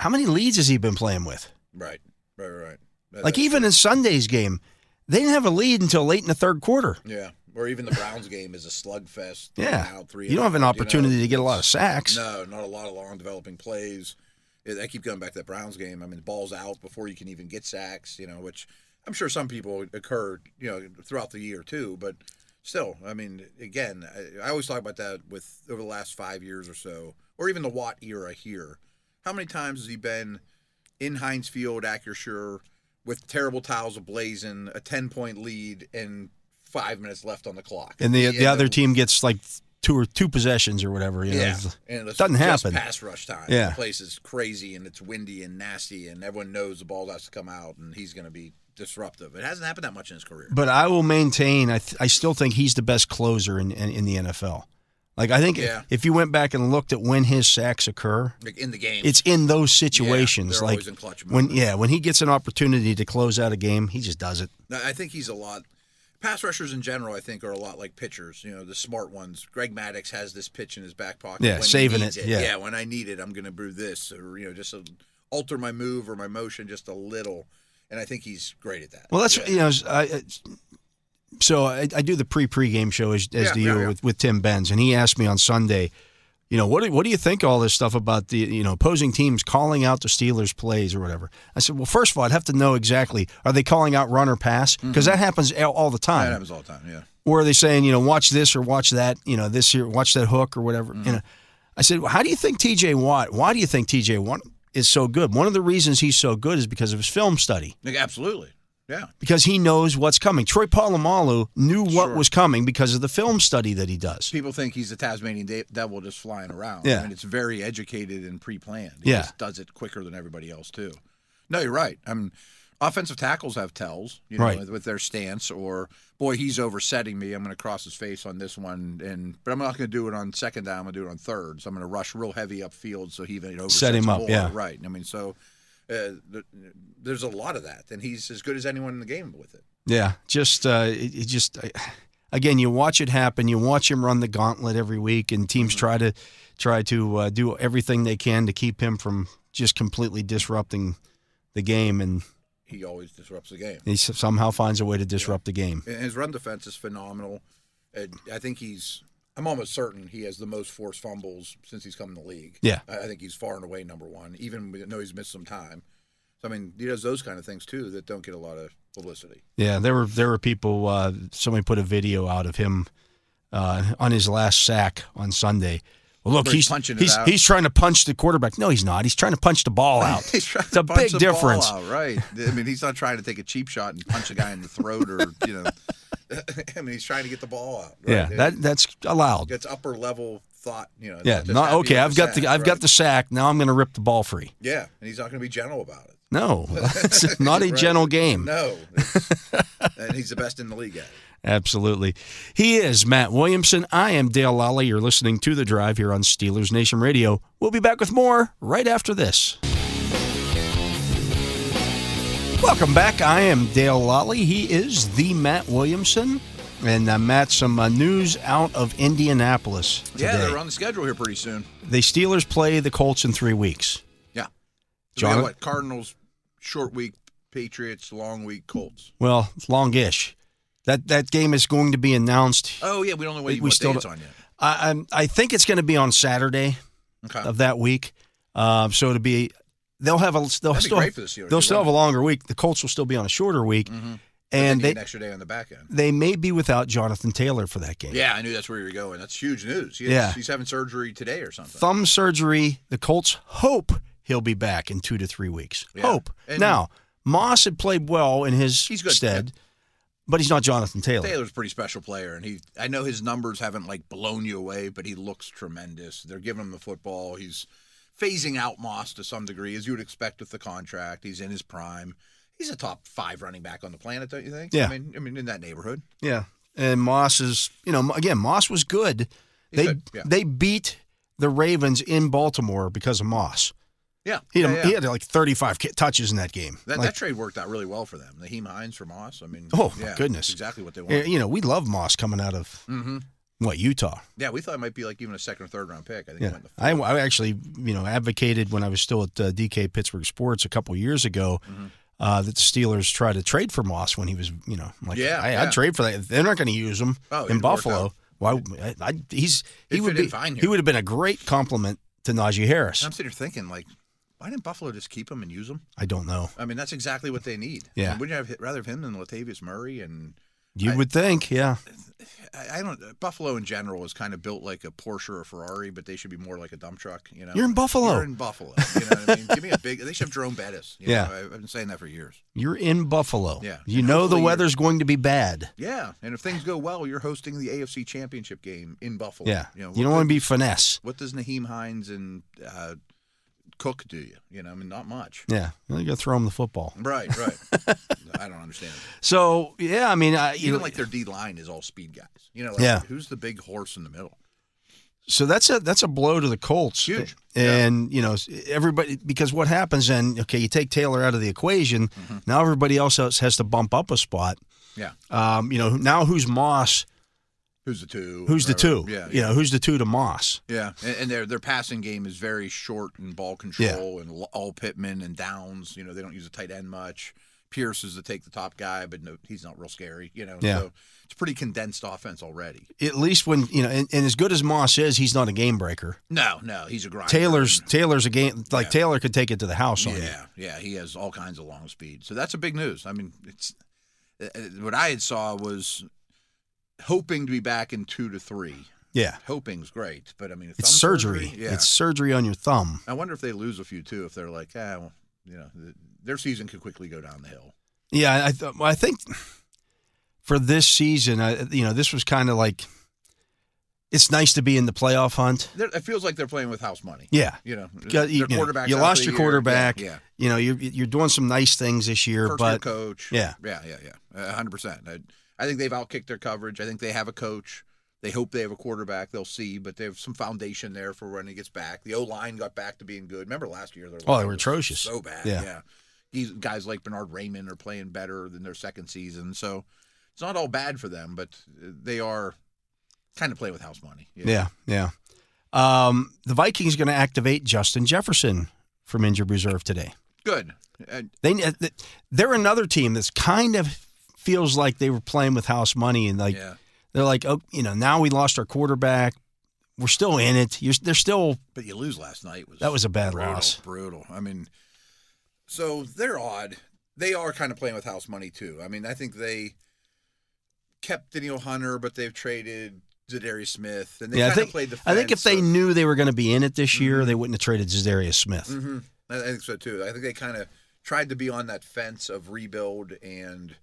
A: how many leads has he been playing with?
B: Right, right, right. right.
A: Like, even in Sunday's game, they didn't have a lead until late in the third quarter.
B: yeah, or even the Browns game is a slugfest. three
A: Yeah.
B: and out, three
A: You
B: and
A: don't have an
B: out,
A: opportunity
B: know?
A: to get a lot of sacks.
B: No, not a lot of long developing plays. Yeah, I keep going back to that Browns game. I mean, the ball's out before you can even get sacks, you know, which I'm sure some people occur, you know, throughout the year too. But still, I mean, again, I, I always talk about that with over the last five years or so, or even the Watt era here. How many times has he been in Heinz Field, Akershire, with terrible towels ablazing, a 10 point lead, and five minutes left on the clock?
A: And the,
B: He
A: the
B: ends
A: other
B: up
A: team gets like two or two possessions or whatever. You know,
B: yeah,
A: it's-
B: and it's
A: Doesn't
B: just
A: happen.
B: Pass rush time.
A: Yeah.
B: the place is crazy and it's windy and nasty, and everyone knows the ball has to come out, and he's going to be disruptive. It hasn't happened that much in his career.
A: But I will maintain. I, th- I still think he's the best closer in, in, in the NFL. Like I think
B: Yeah.
A: if you went back and looked at when his sacks occur,
B: Like in the game,
A: it's in those
B: Yeah,
A: situations.
B: they're
A: like
B: always in clutch
A: when
B: moments.
A: yeah, when he gets an opportunity to close out a game, he just does it.
B: No, I think he's a lot. Pass rushers in general, I think, are a lot like pitchers. You know, the smart ones. Greg Maddox has this pitch in his back pocket.
A: Yeah,
B: he
A: saving
B: needs
A: it, yeah.
B: when I need it, I'm going to brew this, or you know, just a, alter my move or my motion just a little. And I think he's great at that.
A: Well, that's
B: Yeah.
A: you know. I, I- so I, I do the pre pregame show as, as
B: Yeah,
A: do
B: yeah,
A: you
B: yeah.
A: with, with Tim Benz, and he asked me on Sunday, you know, what do, what do you think all this stuff about the you know opposing teams calling out the Steelers plays or whatever? I said, well, first of all, I'd have to know exactly are they calling out run or pass because that happens all- all the
B: that
A: time,
B: happens all the time. Mm-hmm. Yeah.
A: or are they saying you know watch this or watch that you know this here watch that hook or whatever?
B: Mm-hmm.
A: You know, I said, well, how do you think T.J. Watt? Why do you think T.J. Watt is so good? One of the reasons he's so good is because of his film study
B: Like, absolutely. Yeah.
A: because he knows what's coming. Troy Polamalu knew what
B: Sure.
A: was coming because of the film study that he does.
B: people think he's a Tasmanian de- devil just flying around.
A: Yeah.
B: I mean, it's very educated and pre-planned. He
A: Yeah.
B: just does it quicker than everybody else too. No, you're right. I mean, offensive tackles have tells, you know,
A: Right.
B: with, with their stance. Or boy, he's oversetting me. I'm going to cross his face on this one, and but I'm not going to do it on second down. I'm going to do it on third. So I'm going to rush real heavy upfield so he even oversets
A: him up,
B: more.
A: yeah.
B: right. I mean, so. Uh, th- there's a lot of that, and he's as good as anyone in the game with it.
A: Yeah, just uh, it, it just I, again, you watch it happen. You watch him run the gauntlet every week, and teams try to try to uh, do everything they can to keep him from just completely disrupting the game, and
B: He always disrupts the game.
A: he s- somehow finds a way to disrupt the game.
B: And His run defense is phenomenal. Uh, I think he's. I'm almost certain he has the most forced fumbles since he's come in the league.
A: Yeah.
B: I I think he's far and away number one, even with- though he's missed some time. So I mean, he does those kind of things too that don't get a lot of publicity.
A: Yeah, there were there were people. Uh, somebody put a video out of him uh, on his last sack on Sunday. Well, look,
B: Where he's
A: he's
B: punching it
A: he's,
B: out.
A: he's trying to punch the quarterback. No, he's not. He's trying to punch the ball out.
B: he's trying
A: It's a big
B: the
A: difference.
B: Ball out, right? I mean, he's not trying to take a cheap shot and punch a guy in the throat or you know. I mean, he's trying to get the ball out. Right?
A: Yeah,
B: It-
A: that that's allowed.
B: it's upper level thought. You know. it's
A: Yeah,
B: not just
A: not
B: happy
A: okay.
B: with
A: I've got the
B: sack,
A: I've got
B: right?
A: the sack. Now I'm going to rip the ball free.
B: Yeah, and he's not going to be gentle about it.
A: No, it's not a
B: Right.
A: gentle game.
B: No, It's- and he's the best in the league at it.
A: Absolutely, he is Matt Williamson. I am Dale Lally. You're listening to the Drive here on Steelers Nation Radio. We'll be back with more right after this. Welcome back. I am Dale Lally. He is the Matt Williamson, and uh, Matt, some uh, news out of Indianapolis today.
B: Yeah, they're on the schedule here pretty soon.
A: the Steelers play the Colts in three weeks.
B: Yeah. So we
A: John-
B: got what Cardinals short week, Patriots long week, Colts.
A: Well, longish. That that game is going to be announced.
B: Oh yeah, we don't know what,
A: We-
B: you
A: we
B: what
A: still
B: day it's
A: don't- Uh,
B: on yet.
A: I I'm, I think it's going to be on Saturday
B: Okay.
A: of that week. Um, so it'll be they'll have a they'll
B: That'd be
A: still
B: great for the Steelers.
A: they'll
B: You're
A: still have a
B: right. Mm-hmm.
A: longer week. The Colts will still be on a shorter week, and
B: They need
A: they
B: an extra day on the back end.
A: they may be without Jonathan Taylor for that game.
B: Yeah, I knew that's where you were going. That's huge news. He has-
A: Yeah.
B: he's having surgery today or something.
A: Thumb surgery. The Colts hope he'll be back in two to three weeks.
B: Yeah.
A: Hope.
B: And-
A: now Moss had played well in his
B: He's good.
A: stead, but he's not Jonathan Taylor.
B: Taylor's a pretty special player, and he I know his numbers haven't like blown you away, but he looks tremendous. They're giving him the football. He's phasing out Moss to some degree, as you would expect with the contract. He's in his prime. He's a top five running back on the planet, don't you think?
A: Yeah.
B: I mean, I mean, in that neighborhood.
A: Yeah. And Moss is, you know, again, Moss was good.
B: He's
A: they
B: good, yeah.
A: they beat the Ravens in Baltimore because of Moss.
B: Yeah.
A: He had,
B: yeah, yeah.
A: he had like 35 ki- touches in that game.
B: that,
A: Like,
B: that trade worked out really well for them. Naheem Hines for Moss. I mean,
A: Oh, my
B: yeah,
A: goodness.
B: that's exactly what they
A: eh,
B: wanted.
A: you know, we love Moss coming out of
B: hmm
A: what Utah.
B: Yeah, we thought it might be like even a second or third round pick. I think it
A: Yeah,
B: went in the
A: I, I actually you know advocated when I was still at uh, DK Pittsburgh Sports a couple years ago.
B: Mm-hmm.
A: Uh, that the Steelers tried to trade for Moss when he was, you know, I'm like,
B: Yeah,
A: I,
B: yeah.
A: I'd trade for that. They're not going to use him
B: Oh,
A: in
B: it'd work
A: Buffalo.
B: out.
A: Why? I, I, he's he
B: It'd
A: would
B: fit in
A: be
B: fine
A: he
B: here.
A: would have been a great compliment to Najee Harris.
B: I'm sitting here thinking, like, why didn't Buffalo just keep him and use him?
A: I don't know.
B: I mean, that's exactly what they need.
A: Yeah.
B: I mean, wouldn't you have rather have him than Latavius Murray? And
A: You
B: I-
A: would think, yeah,
B: I, I don't. Buffalo in general is kind of built like a Porsche or a Ferrari, but they should be more like a dump truck. You know,
A: You're in Buffalo.
B: You're in Buffalo. You know what I mean? Give me a big. They should have Jerome Bettis. you
A: Yeah.
B: know, I- I've been saying that for years.
A: you're in Buffalo.
B: Yeah.
A: you know the
B: Hopefully you're-
A: weather's going to be bad.
B: Yeah, and if things go well, you're hosting the AFC Championship game in Buffalo.
A: Yeah,
B: you know,
A: you don't
B: what,
A: want to be finesse.
B: what does Naheem Hines and uh, Cook do you? You know, I mean, not much.
A: Yeah, you got to throw him the football.
B: Right, right. I don't understand. it.
A: So yeah, I mean, I, you
B: Even
A: know,
B: like their D line is all speed guys. You know, like,
A: Yeah.
B: Who's the big horse in the middle?
A: So that's a that's a blow to the Colts.
B: Huge.
A: And you know everybody because what happens then? Okay, you take Taylor out of the equation. Now everybody else has, has to bump up a spot.
B: Mm-hmm. Yeah.
A: Um, you know now who's Moss?
B: Who's the two?
A: Who's the two?
B: or- Yeah,
A: You know who's the two to Moss?
B: Yeah, and, and their their passing game is very short in ball control and l- all Pittman and Downs. You know they don't use a tight end much. Pierce is to take the top guy, but no, he's not real scary. You know,
A: Yeah.
B: so it's a pretty condensed offense already.
A: At least when you know, and, and as good as Moss is, he's not a game breaker.
B: No, no, he's a grinder.
A: Taylor's Taylor's a game like
B: Yeah.
A: Taylor could take it to the house on you.
B: yeah, yeah, he has all kinds of long speed. So that's a big news. I mean, it's uh, uh, what I had saw was hoping to be back in two to three.
A: Yeah,
B: Hoping's great, but I mean,
A: it's
B: thumb
A: surgery.
B: Yeah,
A: It's surgery on your thumb.
B: I wonder if they lose a few too. If they're like, ah, well, you know, th- their season could quickly go down the hill.
A: Yeah, I th- I think for this season, I, you know, this was kind of like it's nice to be in the playoff hunt.
B: They're, it feels like they're playing with house money.
A: Yeah,
B: You know,
A: Got- you, you
B: their
A: know,
B: quarterback's
A: you
B: out
A: lost
B: for the
A: your
B: year.
A: quarterback.
B: Yeah,
A: you know, you're you're doing some nice things this
B: yeah.
A: year,
B: First year
A: but
B: coach.
A: yeah.
B: yeah, yeah, yeah, A hundred percent. I, I think they've outkicked their coverage. I think they have a coach. They hope they have a quarterback. They'll see, but they have some foundation there for when he gets back. The O line got back to being good. Remember last year? Their
A: Oh, they
B: line
A: were
B: was
A: atrocious.
B: So bad.
A: Yeah.
B: Yeah. These guys like Bernard Raymond are playing better than their second season. So it's not all bad for them, but uh, they are kind of playing with house money. you know?
A: yeah, yeah. Um, the Vikings going to activate Justin Jefferson from injured reserve today.
B: Good. And
A: They uh, they're another team that's kind of feels like they were playing with house money and like
B: yeah.
A: they're like, oh, you know, now we lost our quarterback. We're still in it. You're, they're still
B: But you lose last night was
A: That was a bad
B: brutal,
A: loss.
B: Brutal. I mean, so they're odd. They are kind of playing with house money too. I mean, I think they kept Daniel Hunter, but they've traded Zadarius Smith, and Mm-hmm. they
A: Yeah, I
B: kind
A: think-
B: of played the.
A: I think if they
B: fence
A: knew they were going to be in it this year, they wouldn't have traded Zadarius Smith.
B: of- Mhm. I I think so too. I think they kind of tried to be on that fence of rebuild and.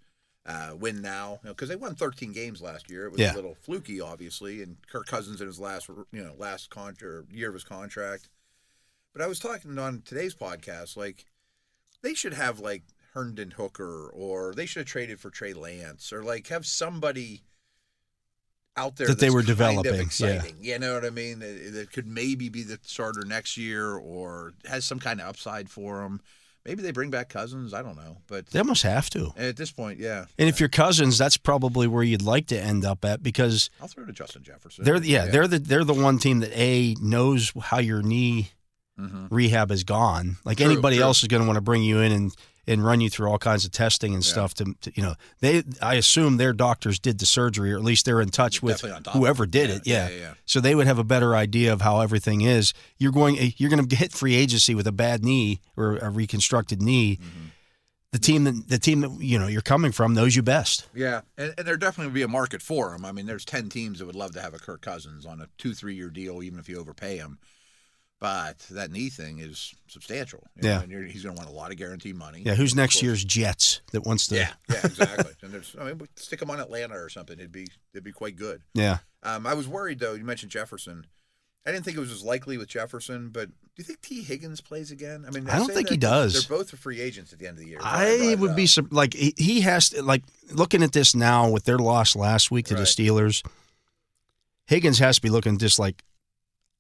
B: Uh, win now because they won 13 games last year. It was
A: Yeah.
B: a little fluky, obviously, and Kirk Cousins in his last you know last con- or year of his contract. But I was talking on today's podcast, like they should have like Herndon Hooker, or they should have traded for Trey Lance, or like have somebody out there
A: That they
B: that's
A: were
B: kind of
A: developing, yeah.
B: exciting. You know what I mean? That, that could maybe be the starter next year, or has some kind of upside for them. Maybe they bring back Cousins. I don't know, but
A: They almost have to.
B: at this point, yeah,
A: And if you're cousins, that's probably where you'd like to end up at because
B: I'll throw to Justin Jefferson.
A: they're yeah, they're the they're the one team that a knows how your knee
B: Mhm.
A: rehab is gone. Like
B: True,
A: anybody
B: true.
A: else is going to want to bring you in and and run you through all kinds of testing and
B: Yeah.
A: stuff to, to- you know they I assume their doctors did the surgery or at least they're in touch with
B: Definitely on top of
A: whoever did
B: Yeah,
A: it. Yeah.
B: yeah, yeah.
A: So they would have a better idea of how everything is. You're going eh, you're going to hit free agency with a bad knee or a reconstructed knee. The team that the team that you know you're coming from knows you best.
B: Yeah, and, and there definitely would be a market for him. I mean, there's ten teams that would love to have a Kirk Cousins on a two, three year deal, even if you overpay him. But that knee thing is substantial. you know,
A: Yeah.
B: and you're, he's going to want a lot of guaranteed money.
A: Yeah, who's
B: Of
A: next
B: course.
A: year's Jets that wants to
B: Yeah, yeah, exactly. and there's, I mean, we stick him on Atlanta or something. It'd be, it'd be quite good.
A: Yeah.
B: Um, I was worried though. You mentioned Jefferson. I didn't think it was as likely with Jefferson, but do you think T. Higgins plays again? I mean,
A: I don't
B: say
A: think he
B: that 'cause
A: does.
B: They're both free agents at the end of the year. uh,
A: I would be sur- like he, he has to like looking at this now with their loss last week to the
B: Right.
A: Steelers. Higgins has to be looking just like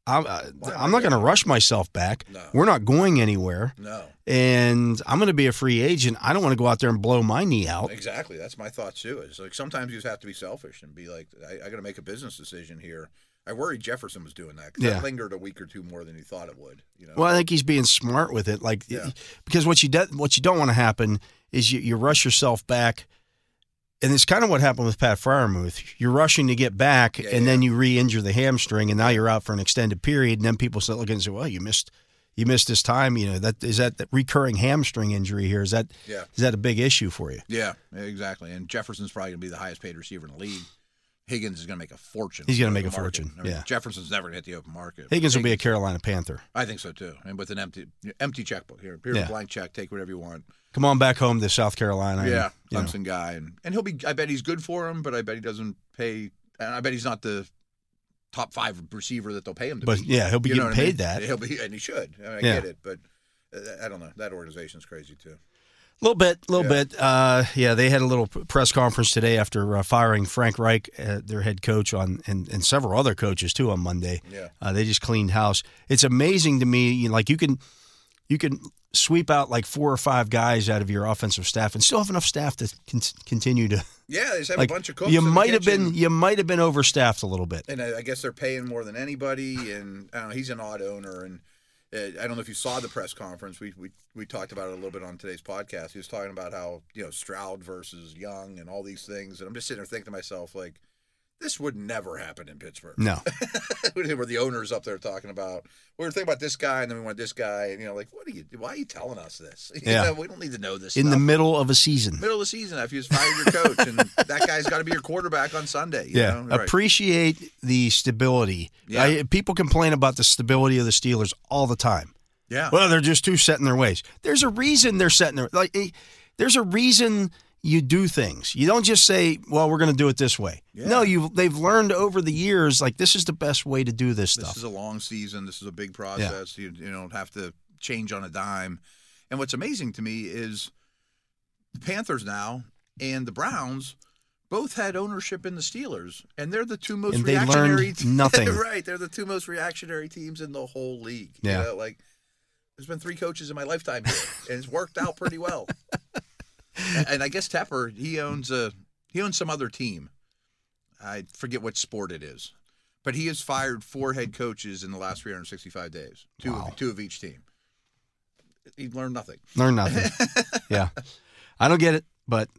A: I'm. Uh,
B: Why am
A: I'm
B: I
A: not going to
B: going?
A: rush myself back.
B: No.
A: We're not going anywhere,
B: no,
A: and I'm going to be a free agent. I don't want to go out there and blow my knee out.
B: exactly. That's my thought too. It's like sometimes you just have to be selfish and be like, I, I got to make a business decision here. I worried Jefferson was doing that because
A: Yeah.
B: it lingered a week or two more than he thought it would. You know,
A: Well, I think he's being smart with it, like
B: Yeah.
A: because what you do, what you don't want to happen is you, you rush yourself back, and it's kind of what happened with Pat Fryermuth. You're rushing to get back,
B: Yeah,
A: and then you re-injure the hamstring, and now you're out for an extended period. And then people start looking and say, "Well, you missed, you missed this time. You know that is that, that recurring hamstring injury here. Is that
B: yeah,
A: is that a big issue for you?"
B: yeah, exactly. And Jefferson's probably going to be the highest paid receiver in the league. Higgins is going to make a fortune.
A: He's gonna
B: on the
A: make a
B: open market.
A: fortune,
B: I mean,
A: yeah.
B: Jefferson's never going to hit the open market.
A: Higgins will be a Carolina Panther.
B: I think so too. And with an empty empty checkbook here, here's
A: Yeah.
B: a blank check, take whatever you want.
A: Come on back home to South Carolina. and,
B: yeah,
A: you know.
B: Clemson guy, and and he'll be. I bet he's good for him, but I bet he doesn't pay. And I bet he's not the top five receiver that they'll pay him to.
A: but
B: be.
A: yeah, he'll be
B: You know
A: getting
B: what
A: paid
B: I mean?
A: that.
B: He'll be, and he should. I, mean, I
A: Yeah.
B: get it, but uh, I don't know. That organization's crazy too.
A: little bit, little
B: Yeah.
A: bit. Uh, yeah, they had a little p- press conference today after uh, firing Frank Reich, uh, their head coach, on and, and several other coaches too on Monday.
B: Yeah,
A: Uh, they just cleaned house. It's amazing to me. You know, like you can, you can sweep out like four or five guys out of your offensive staff and still have enough staff to con- continue to.
B: yeah. They just have
A: Like
B: a bunch of cooks.
A: you
B: in the
A: might have
B: kitchen,
A: been, you might have been overstaffed a little bit.
B: and uh, I, I guess they're paying more than anybody. And I don't know, he's an odd owner. And uh, I don't know if you saw the press conference. We, we we talked about it a little bit on today's podcast. He was talking about how you know Stroud versus Young and all these things. And I'm just sitting there thinking to myself like. This would never happen in Pittsburgh.
A: No,
B: Where the owners up there talking about we were thinking about this guy and then we want this guy and you know like what are you why are you telling us this? You
A: Yeah.
B: know, we don't need to know this.
A: in the
B: stuff.
A: middle of a season.
B: middle of the season after you just fired your coach and that guy's got to be your quarterback on Sunday. you
A: Yeah,
B: know? Right.
A: appreciate the stability.
B: Yeah.
A: I, people complain about the stability of the Steelers all the time.
B: yeah.
A: Well, they're just too set in their ways. There's a reason they're set in their like. eh, There's a reason you do things. You don't just say, "Well, we're going to do it this way."
B: Yeah.
A: No, you have they've learned over the years like this is the best way to do this
B: This
A: stuff.
B: is a long season. This is a big process. You, you don't have to change on a dime. And what's amazing to me is the Panthers now and the Browns both had ownership in the Steelers, and they're the two most
A: And they learned
B: reactionary. te-
A: nothing.
B: right? They're the two most reactionary teams in the whole league. You
A: Yeah.
B: know, like there's been three coaches in my lifetime, here, and it's worked out pretty well. And- and I guess Tepper he owns a he owns some other team. I forget what sport it is, but he has fired four head coaches in the last 365 days, two
A: Wow.
B: of, two of each team. He learned nothing.
A: Learn nothing. yeah, I don't get it, but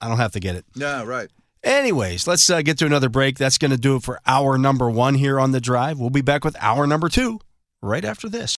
A: I don't have to get it.
B: No, right.
A: Anyways, let's uh, get to another break. That's going to do it for hour number one here on the drive. We'll be back with hour number two right after this.